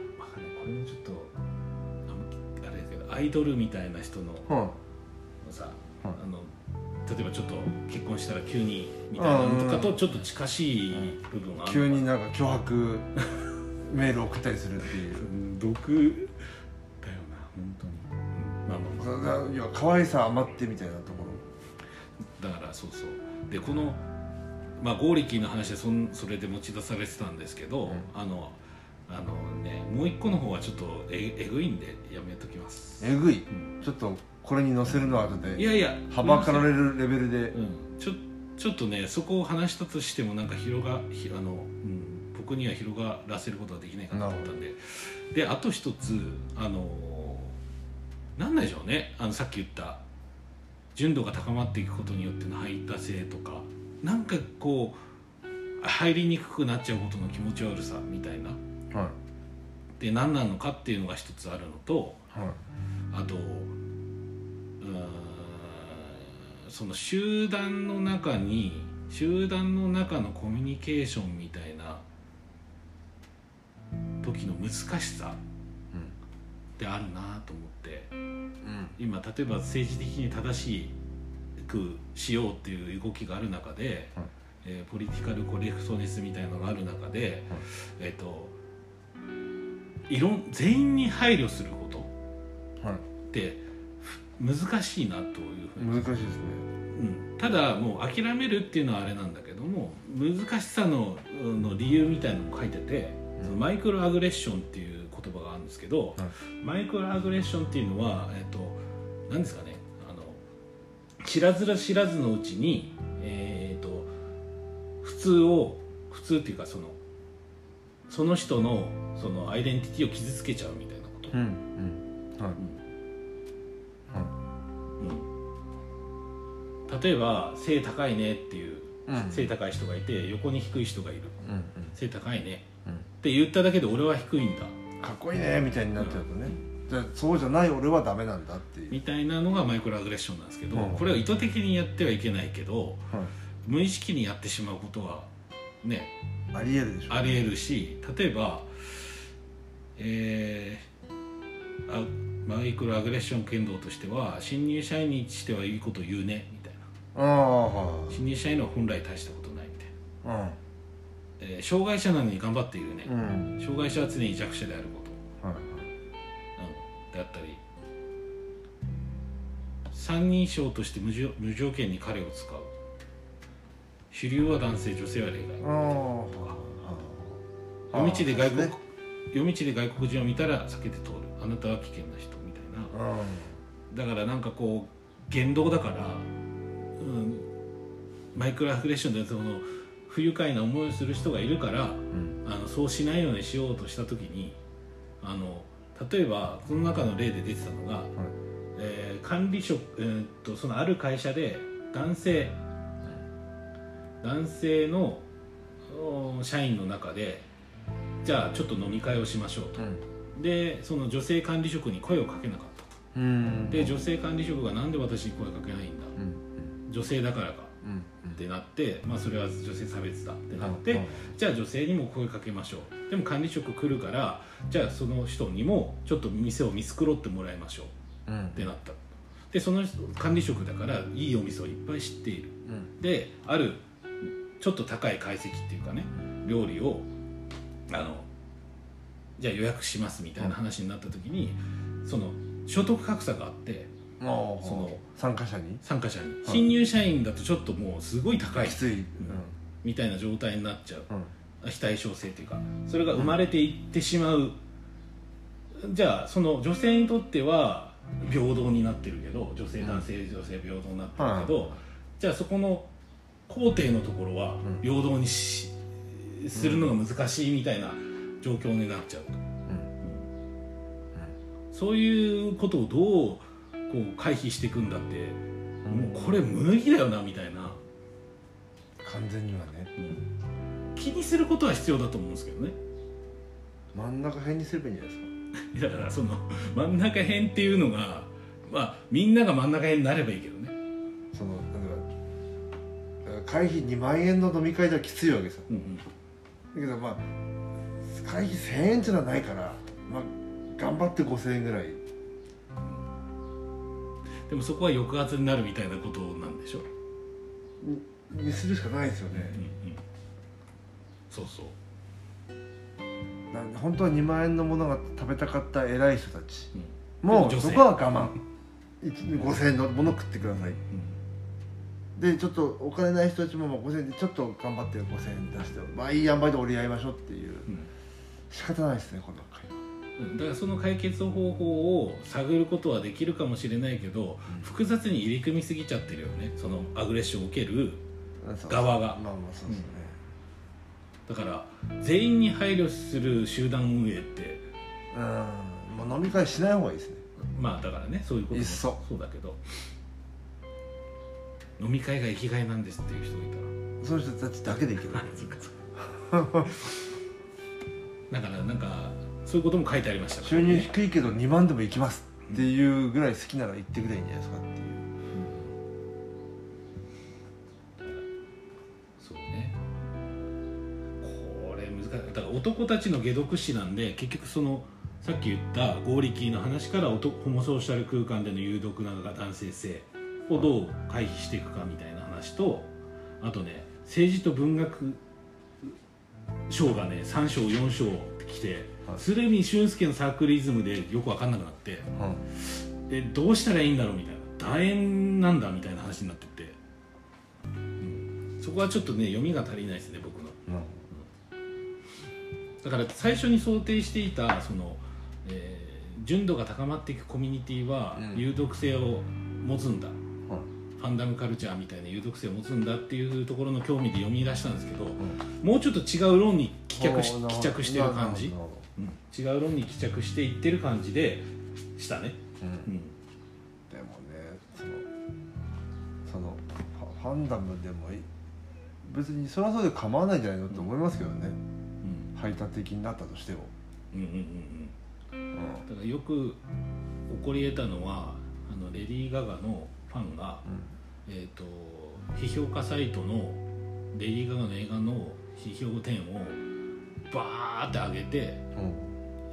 Speaker 1: これもちょっとアイドルみたいな人の
Speaker 3: うん
Speaker 1: さ、
Speaker 2: うん
Speaker 1: あの例えばちょっと結婚したら急にみたいなのとかとちょっと近しい部分はある
Speaker 3: 急になんか脅迫 メール送ったりするっていう
Speaker 1: うん毒だよな本当に、うんまあまあまあ
Speaker 3: それが要は可愛さ余ってみたいなとこ
Speaker 1: だからそうそうでこの、まあ、ゴーリキーの話でそんそれで持ち出されてたんですけど、
Speaker 3: うん
Speaker 1: あのあのねもう一個の方はちょっとええぐいんでやめときます
Speaker 3: ろえぐい
Speaker 1: ん
Speaker 3: ちょっとこれに載せるのは後
Speaker 1: い
Speaker 3: で
Speaker 1: やいや
Speaker 3: はばかられるレベルで
Speaker 1: うんちょちょっとねそこを話したとしてもなんか広がひあの、うん、僕には広がらせることはできないかなと思ったんでであと一つあのなんなんでしょうねあのさっき言った純度が高まっていくことによっての排他性とかなんかこう入りにくくなっちゃうことの気持ち悪さみたいな
Speaker 3: はい
Speaker 1: で何なのかっていうのが一つあるのと
Speaker 3: はい
Speaker 1: あとうーんその集団の中に集団の中のコミュニケーションみたいな時の難しさってあるなと思って
Speaker 3: うん
Speaker 1: 今例えば政治的に正しくしようっていう動きがある中で、
Speaker 2: はい
Speaker 1: えーポリティカルコレクトネスみたいなのがある中で、えっ、といろん全員に配慮すること
Speaker 3: はい
Speaker 1: ってふ難しいなというふうに
Speaker 3: 難しいですね
Speaker 1: うん、ただもう諦めるっていうのはあれなんだけども難しさのうんの理由みたいのも書いてて、
Speaker 3: うん
Speaker 1: そのマイクロアグレッションっていう言葉があるんですけど、
Speaker 2: は
Speaker 1: マイクロアグレッションっていうのは、えっと何ですかねあの知らずら知らずのうちに、えー、と普通を普通っていうかそのその人のそのアイデンティティを傷つけちゃうみたいなこと。
Speaker 2: うん
Speaker 1: うん例えば背高いねっていう、
Speaker 3: うん
Speaker 1: 背高い人がいて横に低い人がいる
Speaker 2: うんうん
Speaker 1: 背高いね、
Speaker 2: うん
Speaker 1: って言っただけで俺は低いんだ
Speaker 3: かっこいいねみたいになっちゃうとねじゃあそうじゃない俺はダメなんだっていう
Speaker 1: みたいなのがマイクロアグレッションなんですけど、
Speaker 2: うん
Speaker 1: これは意図的にやってはいけないけど、
Speaker 2: はい
Speaker 1: 無意識にやってしまうことはね
Speaker 3: ありえるでしょ
Speaker 1: ありえるし例えばえーあマイクロアグレッション剣道としては新入社員にしてはいいこと言うねみたいな
Speaker 3: ああはい
Speaker 1: 新入社員は本来大したことないみたいな。
Speaker 3: うん
Speaker 1: えー障害者なのに頑張っているね、
Speaker 3: うん
Speaker 1: 障害者は常に弱者であること、
Speaker 2: はい
Speaker 1: うん、であったり三人称として無条無条件に彼を使う主流は男性女性は例
Speaker 3: あ
Speaker 1: 外
Speaker 3: ああ
Speaker 1: 夜道で外国、
Speaker 3: そう
Speaker 1: 夜道で外国人を見たら避けて通るあなたは危険な人みたいな
Speaker 3: すねうん
Speaker 1: だからなんかこう言動だから、うん、マイクロアフレッションでその不愉快な思いをする人がいるから
Speaker 2: うん
Speaker 1: あのそうしないようにしようとした時にあの例えばその中の例で出てたのが、えー管理職、えーっとそのある会社で男性男性のお社員の中でじゃあちょっと飲み会をしましょうと、でその女性管理職に声をかけなかったと
Speaker 2: うん
Speaker 1: で女性管理職がなんで私に声かけないんだ
Speaker 2: うん
Speaker 1: 女性だからか
Speaker 2: うん
Speaker 1: ってなって、まあ、それは女性差別だってなっ
Speaker 2: う
Speaker 1: て
Speaker 2: ん
Speaker 1: じゃあ女性にも声かけましょうでも管理職来るからじゃあその人にもちょっと店を見繕ってもらいましょう
Speaker 2: うん
Speaker 1: ってなったでその人管理職だからいいお店をいっぱい知っている
Speaker 2: うん
Speaker 1: であるちょっと高い懐石っていうかね料理をあのじゃあ予約しますみたいな話になった時にその所得格差があって
Speaker 3: ああ
Speaker 1: その
Speaker 3: 参加者に
Speaker 1: 参加者に新入社員だとちょっともうすごい高い
Speaker 3: きつい、
Speaker 1: みたいな状態になっちゃう
Speaker 2: うん
Speaker 1: 非対称性というかそれが生まれていってしまう、じゃあその女性にとっては平等になってるけど女性
Speaker 2: うん
Speaker 1: 男性女性平等になってるけど、じゃあそこの皇帝のところは
Speaker 2: ん
Speaker 1: 平等にし、するのが難しいみたいな状況になっちゃう、そういうことをどうこう回避していくんだって、
Speaker 2: うん
Speaker 1: もうこれ無理だよなみたいな、
Speaker 3: 完全にはね
Speaker 1: 気にすることは必要だと思うんですけどね。
Speaker 3: 真ん中辺にすればいいんじゃないですか
Speaker 1: だからその真ん中辺っていうのがまあみんなが真ん中辺になればいいけどね、
Speaker 3: その例えば会費2万円の飲み会ではきついわけさ
Speaker 1: うんうん
Speaker 3: だけどまあ会費1000円じゃないから、まあ、頑張って5000円ぐらい
Speaker 1: でもそこは抑圧になるみたいなことなんでしょ、
Speaker 3: にするしかないですよね
Speaker 1: う、んうん、そうそう
Speaker 3: なんで本当は2万円のものが食べたかった偉い人たち、
Speaker 1: でも
Speaker 3: も
Speaker 1: 女
Speaker 3: う
Speaker 1: 性
Speaker 3: そこは我慢1 5000円のもの食ってくださいでちょっとお金ない人たちももう5000円でちょっと頑張って5000円出してまあいい塩梅で折り合いましょうっていう
Speaker 1: うん
Speaker 3: 仕方ないですねこの会話
Speaker 1: うん、だからその解決方法を探ることはできるかもしれないけど、
Speaker 3: うん
Speaker 1: 複雑に入り組みすぎちゃってるよねそのアグレッションを受ける側が
Speaker 3: まあまあそうですね、
Speaker 1: だから全員に配慮する集団運営って
Speaker 3: うん、もう飲み会しない方がいいですね
Speaker 1: まあだからねそういうことも
Speaker 3: いっそ
Speaker 1: そうだけど飲み会が生きがいなんですっていう人がいたら
Speaker 3: その人たちだけでいける
Speaker 1: だからなんかそういうことも書いてありましたから
Speaker 3: 収
Speaker 1: ね、
Speaker 3: 入低いけど2万でもいきますっていうぐらい好きなら行ってくれいいんじゃないですかっていう
Speaker 1: そうねこれ難しいだから男たちの解毒師なんで結局そのさっき言った合理キーの話から男ホモソーシャル空間での有毒な男性性をどう回避していくかみたいな話とあとね政治と文学賞がね3賞4賞ってきて
Speaker 3: はい
Speaker 1: 鶴見俊介のサークルイズムでよく分かんなくなって
Speaker 3: うん
Speaker 1: でどうしたらいいんだろうみたいな楕円なんだみたいな話になってって、うんそこはちょっとね読みが足りないですね僕の
Speaker 3: なる
Speaker 1: だから最初に想定していたその、えー純度が高まっていくコミュニティは
Speaker 3: うん
Speaker 1: 有毒性を持つんだ、
Speaker 3: ほど
Speaker 1: ファンダムカルチャーみたいな有毒性を持つんだっていうところの興味で読み出したんですけど、もうちょっと違う論に帰着し
Speaker 3: ほう
Speaker 1: 帰着してる感じ
Speaker 3: なる、ほ
Speaker 1: うん違う論に帰着していってる感じでしたね、
Speaker 3: どうん
Speaker 1: うん
Speaker 3: でもねそのそのファファンダムでもい別にそれはそれで構わないんじゃないのって思いますけどね、
Speaker 1: うん
Speaker 3: 排他的になったとしても、
Speaker 1: うんうんうんうん
Speaker 3: うん
Speaker 1: だからよく起こり得たのはあのレディー・ガガのファンが、えー、と批評家サイトのレディー・ガガの映画の批評点をバーって上げて
Speaker 3: う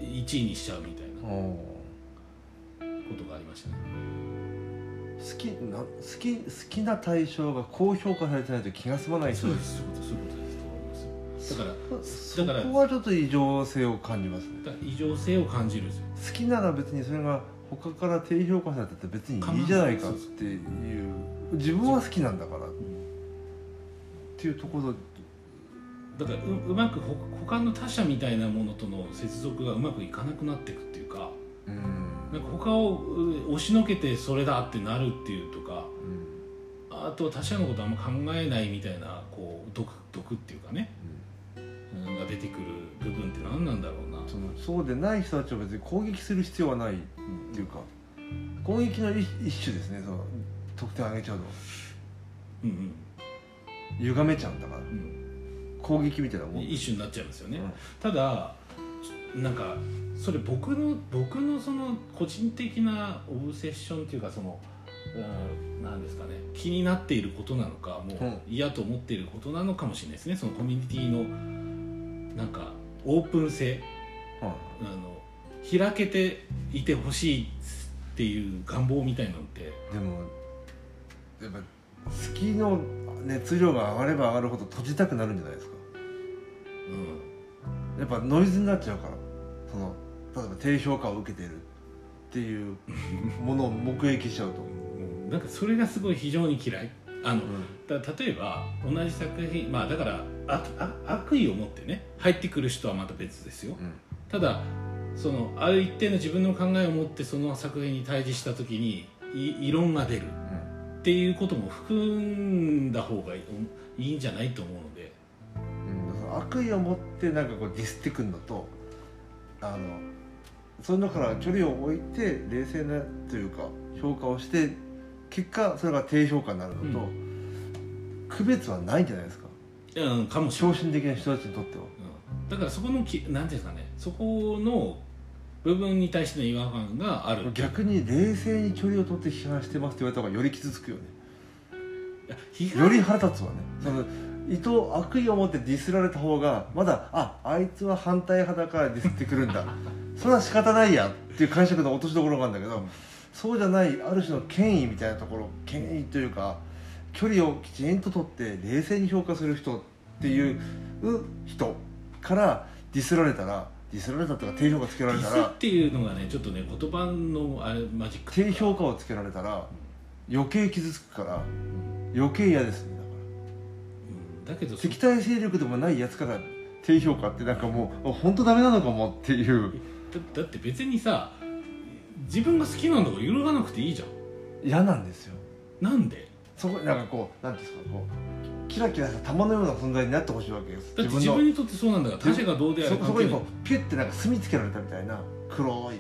Speaker 3: ん
Speaker 1: 1位にしちゃうみたいな
Speaker 3: うん
Speaker 1: ことがありましたね。
Speaker 3: 好きな好き好きな対象が高評価されてないと気が済まない人
Speaker 1: そうですそういうことそういうことですと思いますよだから
Speaker 3: そ
Speaker 1: だから
Speaker 3: そこはちょっと異常性を感じますね
Speaker 1: だから異常性を感じるんですよ
Speaker 3: 好きなら別にそれが他から低評価されたって別にいいじゃないかっていう自分は好きなんだからっていうところ
Speaker 1: だからううまくほ他の他者みたいなものとの接続がうまくいかなくなっていくっていうか
Speaker 3: うん
Speaker 1: なんか他をう押しのけてそれだってなるっていうとか
Speaker 3: うん
Speaker 1: あと他者のことあんま考えないみたいなこう毒毒っていうかね、うん、が出てくる部分って何なんだろうな
Speaker 3: そのそうでない人たちを別に攻撃する必要はないっていうか攻撃の一一種ですねその得点上げちゃうの
Speaker 1: うん
Speaker 3: 歪めちゃうんだから
Speaker 1: うん
Speaker 3: 攻撃みたいな
Speaker 1: う
Speaker 3: も
Speaker 1: ん
Speaker 3: ん
Speaker 1: 一種になっちゃいますよね、
Speaker 3: うん
Speaker 1: ただなんかそれ僕の僕のその個人的なオブセッションっていうかその、うん、なんですかね気になっていることなのかも
Speaker 3: うん
Speaker 1: う嫌と思っていることなのかもしれないですねそのコミュニティのなんかオープン性
Speaker 3: は
Speaker 1: あの開けていてほしいっていう願望みたいなのって
Speaker 3: いでもやっぱ好きの熱量が上がれば上がるほど閉じたくなるんじゃないですか
Speaker 1: う
Speaker 3: やっぱノイズになっちゃうからその例えば低評価を受けてるって いうものを目撃しちゃうと、
Speaker 1: ん、なんかそれがすごい非常に嫌いあの
Speaker 3: うん
Speaker 1: だ例えば同じ作品まあだからああ悪意を持ってね入ってくる人はまた別ですよ
Speaker 3: うん
Speaker 1: ただそのある一定の自分の考えを持ってその作品に対峙した時にい異論が出るっていうことも含んだ方がいいいいんじゃないと思うので
Speaker 3: うん、その悪意を持ってなんかこうディスってくるのとあのそういうのから距離を置いて冷静なというか評価をして結果それが低評価になるのと、
Speaker 1: う
Speaker 3: 区別はないんじゃないですか
Speaker 1: うんかもしれない
Speaker 3: 昇進的な人たちにとっては
Speaker 1: うんだからそこのきなんていうんですかねそこの部分に対しての違和感がある
Speaker 3: 逆に冷静に距離を取って批判してますって言われた方がより傷つくよね
Speaker 1: いや批判
Speaker 3: より腹立つわねその伊藤悪意を持ってディスられた方がまだああいつは反 対派だからディスってくるんだそれは仕方ないやっていう解釈の落としどころがあるんだけどそうじゃないある種の権威みたいなところ権威というか距離をきちんと取って冷静に評価する人っていう人からディスられたらディスられたとか低評価つけら
Speaker 1: ディ
Speaker 3: れた
Speaker 1: スっ
Speaker 3: ら
Speaker 1: ていうのがねちょっとね言葉のあれマジック
Speaker 3: 低評価をつけられたら余計傷つくから余計嫌ですねだ
Speaker 1: うんだ
Speaker 3: か
Speaker 1: けど
Speaker 3: ら
Speaker 1: そ
Speaker 3: 敵対勢力でもないやつから低評価ってなんかもうあ本当ダメなのかもっていう
Speaker 1: だだって別にさ自分が好きなんだから揺るがなくていいじゃん
Speaker 3: 嫌なんですよ
Speaker 1: なんで
Speaker 3: そこなんかこうなんていうんですかこうキラキラした玉のような存在になってほしいわけです
Speaker 1: だって自分にとってそうなんだから他者がどうであ
Speaker 3: そ
Speaker 1: れ
Speaker 3: こ
Speaker 1: 関
Speaker 3: そこ
Speaker 1: 係
Speaker 3: に
Speaker 1: ない
Speaker 3: こうピュッてなんか墨つけられたみたいな黒い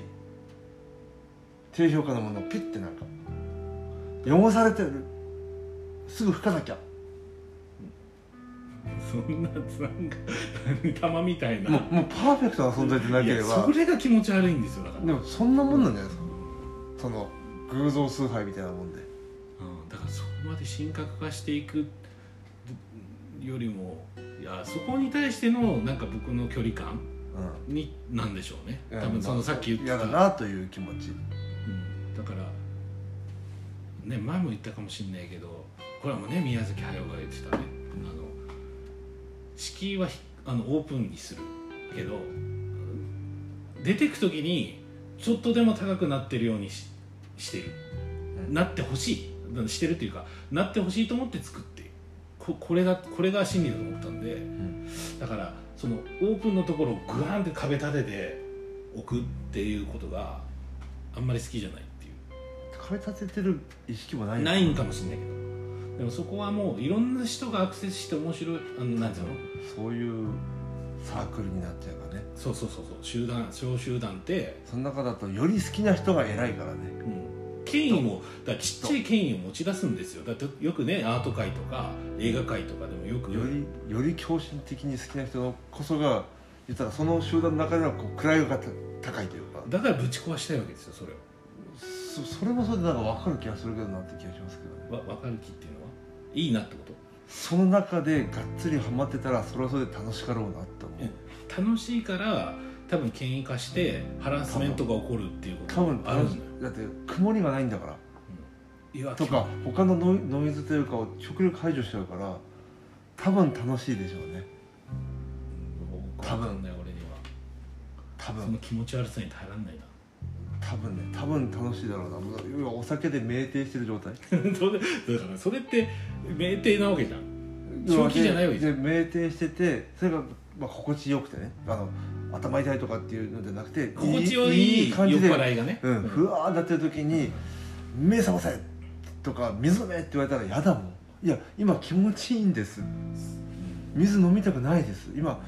Speaker 3: 低評価のものをピュッてなんか汚されてるすぐ拭かなきゃ
Speaker 1: そんななんか 玉みたいな
Speaker 3: もうもうパーフェクトな存在でなけれ
Speaker 1: いや
Speaker 3: ば
Speaker 1: それが気持ち悪いんですよだから、
Speaker 3: でもそんなもんなんじゃないですかその偶像崇拝みたいなもんで
Speaker 1: うん、だからそこまで神格化していくよりもいやそこに対してのなんか僕の距離感になんでしょうね
Speaker 3: うん
Speaker 1: 多分そのさっき言って
Speaker 3: 嫌
Speaker 1: た
Speaker 3: だなという気持ち
Speaker 1: うんだからね前も言ったかもしれないけどこれはもうね宮崎駿が言ってたねあの敷居はひあのオープンにするけど出てく時にちょっとでも高くなってるようにししてる
Speaker 3: うん
Speaker 1: なってほしいなしてるというかなってほしいと思って作っているここれがこれが真理だと思ったんで、
Speaker 3: ん
Speaker 1: だからそのオープンのところをグワーンって壁立てて置くっていうことがあんまり好きじゃないっていう
Speaker 3: 壁立ててる意識もない
Speaker 1: ないんかもしれないけどでもそこはもういろんな人がアクセスして面白いあのなんていうの
Speaker 3: そういうサークルになっちゃうからね
Speaker 1: そうそうそうそう集団小集団って、
Speaker 3: その中だとより好きな人が偉いからね
Speaker 1: うん、権威もだからちっちゃい権威を持ち出すんですよだってよくねアート界とか映画界とかでもよく
Speaker 3: よりより狂心的に好きな人のこそが言ったらその集団の中ではこう位がた高いというか
Speaker 1: だからぶち壊したいわけですよそれを
Speaker 3: そそれもそれでなんか分かる気がするけどなって気がしますけどね
Speaker 1: わ分かる気っていうのはいいなってこと
Speaker 3: その中でがっつりハマってたらそれはそれで楽しかろうなって思う
Speaker 1: 楽しいから多分権威化してハラスメントが起こるっていうこと
Speaker 3: 多分
Speaker 1: ある
Speaker 3: 楽
Speaker 1: んだ
Speaker 3: し
Speaker 1: よ
Speaker 3: だって曇りがないんだから
Speaker 1: いや
Speaker 3: とか他のノイノイズというかを極力排除しちゃうから多分楽しいでしょうね
Speaker 1: 多分ね俺には
Speaker 3: 多
Speaker 1: その
Speaker 3: 分
Speaker 1: 気持ち悪さに耐えらんないな
Speaker 3: 多分ね多分楽しいだろうなもう要はお酒で酩酊してる状態
Speaker 1: それだからそれって酩酊なわけじゃん正気じゃないわけ
Speaker 3: で酩酊しててそれが、まあ、心地よくてねあの頭痛いとかっていうのじゃなくて
Speaker 1: 心地よい酔っ
Speaker 3: 感じで、
Speaker 1: 払いがね、
Speaker 3: うん、ふわーなってる時に「目覚ませ!」とか「水飲め!」って言われたら嫌だもんいや今気持ちいいんです水飲みたくないです今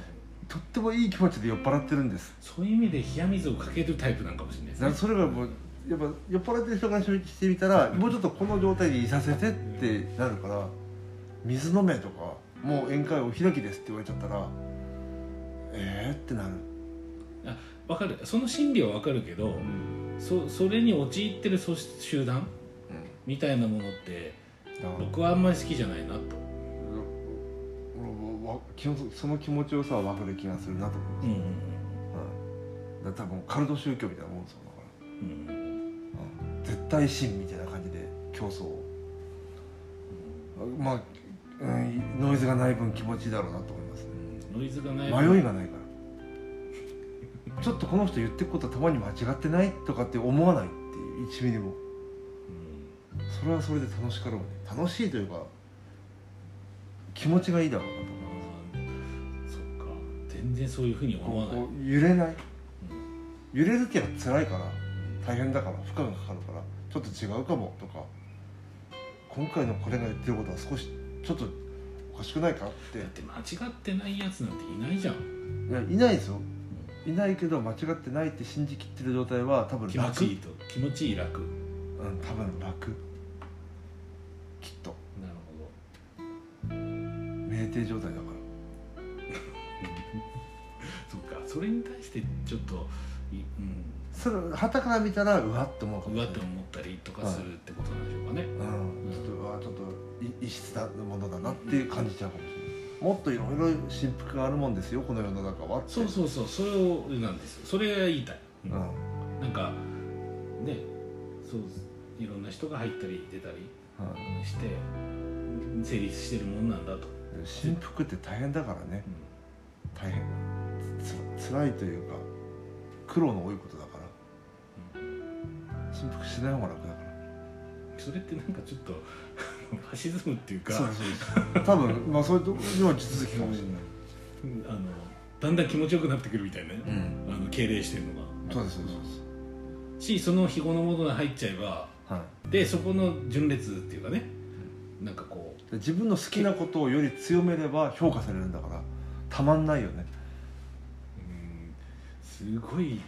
Speaker 3: とってもいい気持ちで酔っ払ってるんです
Speaker 1: そういう意味で冷や水をかけるタイプなんかもしれないです
Speaker 3: だ
Speaker 1: ね
Speaker 3: からそれがもうやっぱ酔っ払ってる人からしてみたらもうちょっとこの状態でいさせてってなるから水飲めとかもう宴会お開きですって言われちゃったらえーってなる
Speaker 1: わかるその心理はわかるけど、そそれに陥ってる組織集団みたいなものって
Speaker 3: だから
Speaker 1: 僕はあんまり好きじゃないなと、
Speaker 3: 俺もわ気持ちその気持ちよさは分かる気がするなと思
Speaker 1: う
Speaker 3: うんん
Speaker 1: うん
Speaker 3: です、うんだから多分カルト宗教みたいなもんですよだか
Speaker 1: うんうん
Speaker 3: ら、うん絶対神みたいな感じで競争をまあ、うん、ノイズがない分気持ちいいだろうなと思いますね
Speaker 1: ノイズがない
Speaker 3: 迷いがないからちょっとこの人言ってることはたまに間違ってないとかって思わないっていう1ミリもそれはそれで楽しかろうね楽しいというか気持ちがいいだろうなと
Speaker 1: あ
Speaker 3: 思
Speaker 1: ーそっか全然そういうふうに思わ
Speaker 3: う
Speaker 1: ない、
Speaker 3: こう揺れない揺れるってやっぱ辛いから大変だから負荷がかかるからちょっと違うかもとか今回のこれが言ってることは少しちょっとおかしくないかって
Speaker 1: だって間違ってないやつなんていないじゃん
Speaker 3: いやいないですよいないけど間違ってないって信じきってる状態は多分楽
Speaker 1: 気持ちいいと気持ちいい楽
Speaker 3: うん多分楽きっと
Speaker 1: なる
Speaker 3: 酩酊状態だか
Speaker 1: ほどそっかそれに対してちょっとい
Speaker 3: らそれはたから見たらうわっと思うか
Speaker 1: う
Speaker 3: も
Speaker 1: ん
Speaker 3: し
Speaker 1: う
Speaker 3: れ
Speaker 1: わって
Speaker 3: ない
Speaker 1: 思ったりとかするってことなんでしょうかね、
Speaker 3: うん、ちょっとうわちょっとい異質なものだなって感じちゃうかもしれないもっといろいろ振幅があるもんですよこの世の中はって
Speaker 1: そうそうそうそれをなんですよそれが言いたい、
Speaker 3: うん、
Speaker 1: なんかねそういろんな人が入ったり出たり
Speaker 2: はい
Speaker 1: して成立してるもんなんだと、
Speaker 2: し
Speaker 3: 振幅って大変だからね大変つ辛いというか苦労の多いことだから振幅しない方が楽だから
Speaker 1: それってなんかちょっとファシズムっていうか
Speaker 3: そうそう多分まあそういうとこには地続きかもしれない
Speaker 1: あのだんだん気持ちよくなってくるみたいなね、
Speaker 3: うん
Speaker 1: あの敬礼してるのが
Speaker 3: そうですそうですそうです
Speaker 1: しその肥後のものに入っちゃえば
Speaker 3: はい
Speaker 1: でそこの順列っていうかね、なんかこう
Speaker 3: で自分の好きなことをより強めれば評価されるんだからたまんないよね
Speaker 1: うんすごい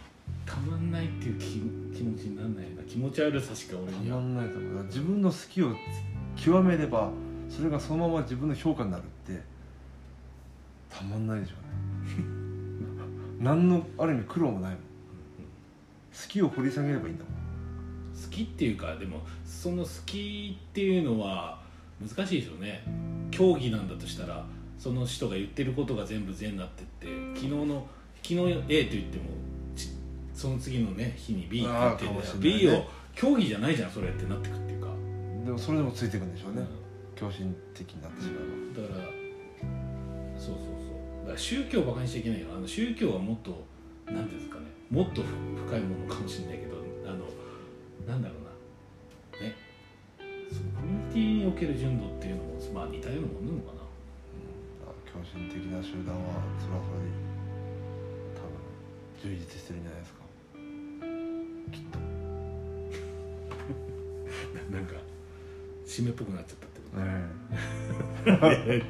Speaker 1: たまんないっていう気気持ちにならないな気持ち悪さしか俺
Speaker 3: た
Speaker 1: に
Speaker 3: ま
Speaker 1: は
Speaker 3: んないと思うだから自分の好きを極めればそれがそのまま自分の評価になるってたまんないでしょうね 何のある意味苦労もないもん好きを掘り下げればいいんだもん
Speaker 1: 好きっていうかでもその好きっていうのは難しいでしょうね競技なんだとしたらその人が言ってることが全部善になってって昨日の昨日 A と言ってもちその次のね日に B って言って
Speaker 3: あーかもしれないね
Speaker 1: B を競技じゃないじゃんそれってなってくっていうか、
Speaker 3: でもそれでもついていくんでしょうね
Speaker 1: ね、
Speaker 3: 狂心的になってしまう
Speaker 1: だからそうそうそうだから宗教をバカにしちゃいけないよあの宗教はもっと何ていうんですかねもっと深いものかもしれないけどあのなんだろうなねそのコミュニティにおける純度っていうのもまあ似たようなもんなのかな
Speaker 3: あ狂心的な集団はそれはそれで多分充実してるんじゃないですかきっと
Speaker 1: ななんか締めっぽくなっちゃったってこと
Speaker 3: え
Speaker 1: で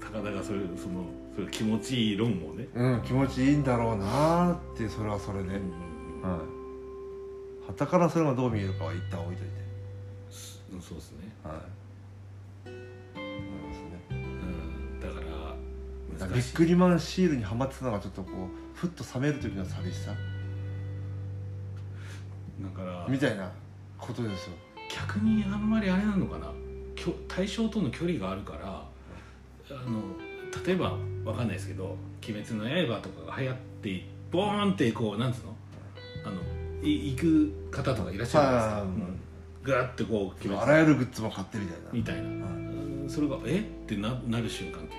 Speaker 1: 高田がそれそのそれ気持ちいい論をね、
Speaker 3: えうん気持ちいいんだろうなーってそれはそれで、
Speaker 1: うん
Speaker 3: はい。旗からそれがどう見えるかは一旦置いといて。
Speaker 1: そうですね、
Speaker 3: はい。思いま
Speaker 1: うん、だから
Speaker 3: すね。び
Speaker 1: 難し
Speaker 3: っ
Speaker 1: い
Speaker 3: くりマンシールにはまってたのがちょっとこうふっと冷める時の寂しさ
Speaker 1: だから
Speaker 3: みたいなことですよ。
Speaker 1: 逆にあんまりあれなのかなきょ対象との距離があるからあの例えばわかんないですけど「鬼滅の刃」とかが流行ってボーンってこうなんつうのあのい行く方とかいらっしゃるじゃないですか、
Speaker 3: はいはいはい
Speaker 1: うんぐわってこう鬼
Speaker 3: あ
Speaker 1: 滅
Speaker 3: らゆるグッズも買ってみたいな。
Speaker 1: みたいな、
Speaker 3: はい
Speaker 1: うんそれが「えっ?」てななる瞬間って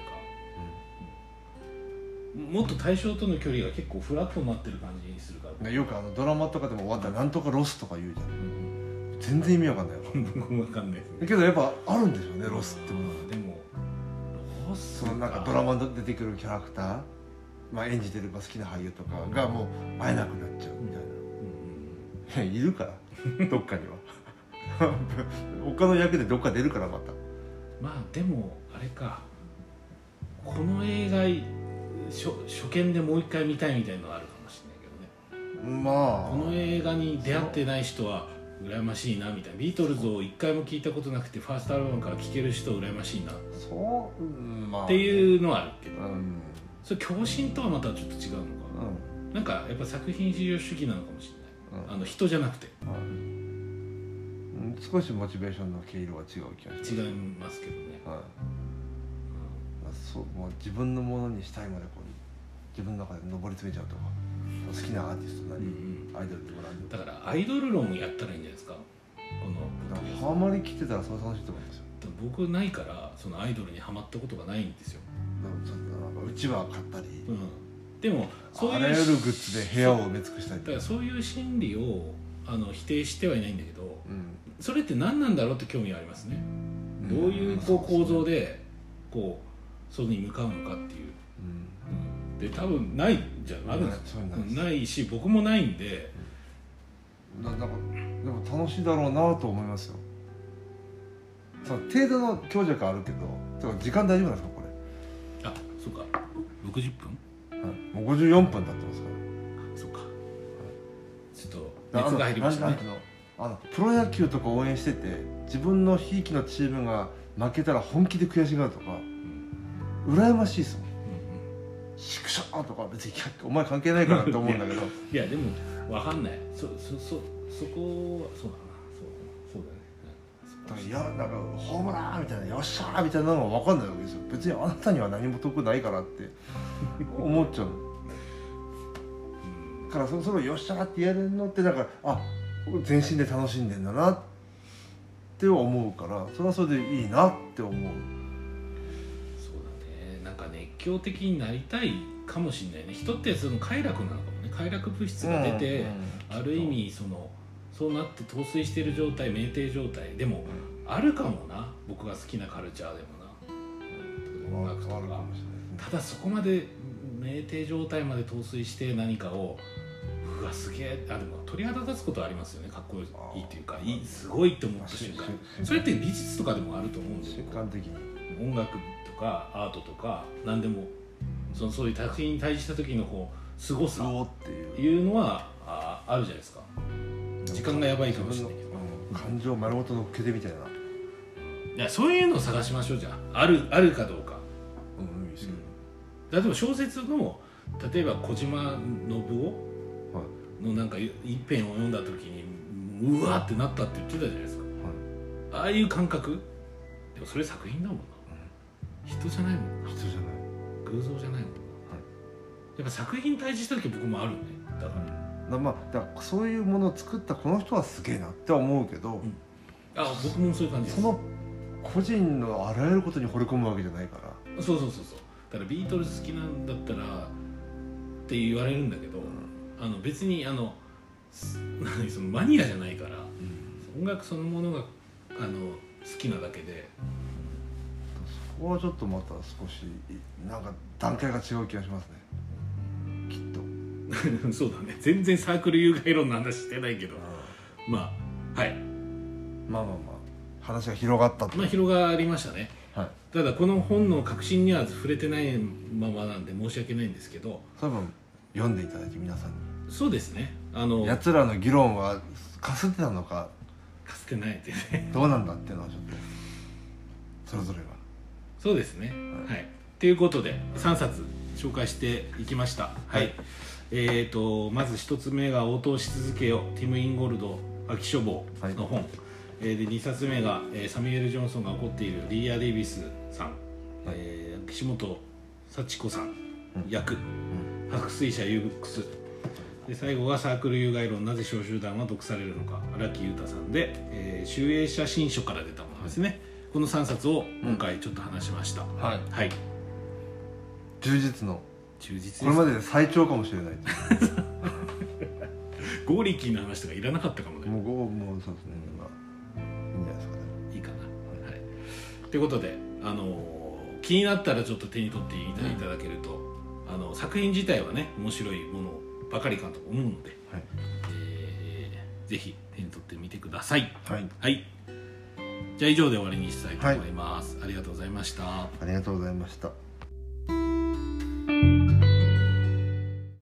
Speaker 1: いうか、もっと対象との距離が結構フラットになってる感じにするから、
Speaker 3: ねよくあのドラマとかでも終わったらなんとかロスとか言うじゃん
Speaker 1: うん
Speaker 3: 全然意味わかんないよ
Speaker 1: 僕もわかんないですね
Speaker 3: けどやっぱあるんでしょうねロスってものは
Speaker 1: でもロス
Speaker 3: そのなんかドラマに出てくるキャラクター、まあ、演じてるまあ好きな俳優とかがもう会えなくなっちゃうみたいな、
Speaker 1: うん
Speaker 3: いやいるから どっかには他の役でどっか出るからまた
Speaker 1: まあでもあれかこの映画初初見でもう一回見たいみたいのはあるかもしれないけどね
Speaker 3: まあ
Speaker 1: この映画に出会ってない人は羨ましいなみたいなビートルズを一回も聞いたことなくてファーストアルバムから聴ける人羨ましいなっ
Speaker 3: そううんまあ
Speaker 1: て
Speaker 3: う
Speaker 1: いうのはあるけど
Speaker 3: ん、うん、
Speaker 1: それ共振とはまたちょっと違うのかななんかやっぱ作品至上主義なのかもしれないあの人じゃなくて
Speaker 3: はいうん少しモチベーションの毛色は違う気がします
Speaker 1: 違いますけどね
Speaker 3: はいまあそうもう自分のものにしたいまでこう自分の中で上り詰めちゃうとか好きなアーティストな
Speaker 1: うん
Speaker 3: り、
Speaker 1: うん
Speaker 3: アイドルでもらう
Speaker 1: だからアイドル論をやったらいいんじゃないですかこの
Speaker 3: だからハマりきってたらそれ楽しいと思うんですよ
Speaker 1: 僕ないからそのアイドルにはまったことがないんですよ、
Speaker 3: だからそのなんかうちわ買ったり、
Speaker 1: うん、でもそういう
Speaker 3: あらゆるグッズで部屋を埋め尽くしたり
Speaker 1: だからそういう心理をあの否定してはいないんだけど
Speaker 3: うん
Speaker 1: それって何なんだろうって興味はありますね、
Speaker 3: ん
Speaker 1: どういうこう構造
Speaker 3: で、
Speaker 1: でこうそれに向かうのかっていう、
Speaker 3: うん
Speaker 1: で多分ないじゃんあるんです
Speaker 3: そういう
Speaker 1: よ
Speaker 3: のな、いです
Speaker 1: ないし僕もないんで
Speaker 3: ななんかでも楽しいだろうなと思いますよその程度の強弱はあるけどてか時間大丈夫なんですかこ
Speaker 1: あそうか60分
Speaker 3: れ、はい、もう54分経ってますか
Speaker 1: そうかちょっと
Speaker 3: ら
Speaker 1: 熱が入りました
Speaker 3: なん
Speaker 1: ね
Speaker 3: ていうのあのプロ野球とか応援してて自分のひいきのチームが負けたら本気で悔しがるとか
Speaker 1: うん
Speaker 3: 羨ましいですもん
Speaker 1: うんうん
Speaker 3: シクショーとか別にいやお前関係ないかなと思うんだけど
Speaker 1: いやでもわかんないそそそそこはそうだなそうそうだね
Speaker 3: だからいやなんかホームランみたいなよっしゃーみたいなのが分かんないわけですよ別にあなたには何も得ないからって思っちゃう
Speaker 1: うん
Speaker 3: からそろそろよっしゃーってやれるのってなんかあ全身で楽しんでんだなって思うからそれはそれでいいなって思う
Speaker 1: そうだねなんか熱狂的になりたいかもしれないね人ってその快楽なのかもね快楽物質が出て、ある意味そのそうなって陶酔してる状態酩酊状態でもあるかもな僕が好きなカルチャーでもな音楽とかただそこまで酩酊状態まで陶酔して何かをうわすげえあでも鳥肌立つことはありますよねかっこいいっていうかいいすごいって思った瞬間それって美術とかでもあると思うんです
Speaker 3: 瞬
Speaker 1: よ
Speaker 3: 間的に
Speaker 1: 音楽とかアートとか何でもそのそういう作品に対した時のこうすご
Speaker 3: す
Speaker 1: さ
Speaker 3: ごってい
Speaker 1: い
Speaker 3: う
Speaker 1: うのはああるじゃないですか時間がやばいかもしれないけど
Speaker 3: うん感情丸ごと乗っけてみたいな、
Speaker 1: いやそういうのを探しましょうじゃああるあるかどうか
Speaker 3: うん、いいですよ
Speaker 1: 例えば小説の例えば小島信
Speaker 3: は
Speaker 1: 夫のなんか一編を読んだ時にうわーってなったって言ってたじゃないですか、ああいう感覚でもそれ作品だもんな、人じゃないもんない
Speaker 3: 人じゃない
Speaker 1: 偶像じゃないもんな、
Speaker 3: はい
Speaker 1: やっぱ作品に対峙した時僕もあるねだから、
Speaker 3: だまあ、だからそういうものを作ったこの人はすげえなって思うけど、
Speaker 1: んあ僕もそういう感じです
Speaker 3: その個人のあらゆることに惚れ込むわけじゃないから
Speaker 1: そうそうそうそうだからビートルズ好きなんだったらって言われるんだけど、あの別にあのす 何そのマニアじゃないから、音楽そのものがあの好きなだけで
Speaker 3: そこはちょっとまた少しなんか段階が違う気がしますねきっと
Speaker 1: そうだね全然サークル有害論の話してないけどまあはい
Speaker 3: まあまあまあ話が広がったと
Speaker 1: まあ広がりましたね
Speaker 3: はい
Speaker 1: ただこの本の核心には触れてないままなんで申し訳ないんですけど
Speaker 3: 多分読んでいただいて皆さん
Speaker 1: そうですねあの
Speaker 3: にやつらの議論はかすってたのか
Speaker 1: かつてないってね
Speaker 3: どうなんだっていうのはちょっとそれぞれが
Speaker 1: そうですね。はい。ということで3冊紹介していきました。はい。
Speaker 3: はい
Speaker 1: えー、とまず1つ目が「応答し続けよ」ティム・インゴルド秋書房の本、えーで2冊目が、えーサミュエル・ジョンソンが怒っているリーア・デイビスさん、えー岸本幸子さん役、白水社 U ブックスで最後がサークル有害論なぜ小集団は毒されるのか荒木裕太さんで、えー、集英写真書から出たものですね、この3冊を今回ちょっと話しました、
Speaker 3: はい
Speaker 1: はい
Speaker 3: 充実の
Speaker 1: 充実
Speaker 3: これまでで最長かもしれないと
Speaker 1: ゴーリキーの話とかいらなかったかもね
Speaker 3: もうごもうそうですねまあいいんじゃないですかね
Speaker 1: いいかなはいということであのー気になったらちょっと手に取っていただいただけると、あの作品自体はね面白いものばかりかと思うので、
Speaker 3: はい
Speaker 1: えーぜひ手に取ってみてください
Speaker 3: はい
Speaker 1: はいじゃあ以上で終わりにしたいと思います、ありがとうございました
Speaker 3: ありがとうございました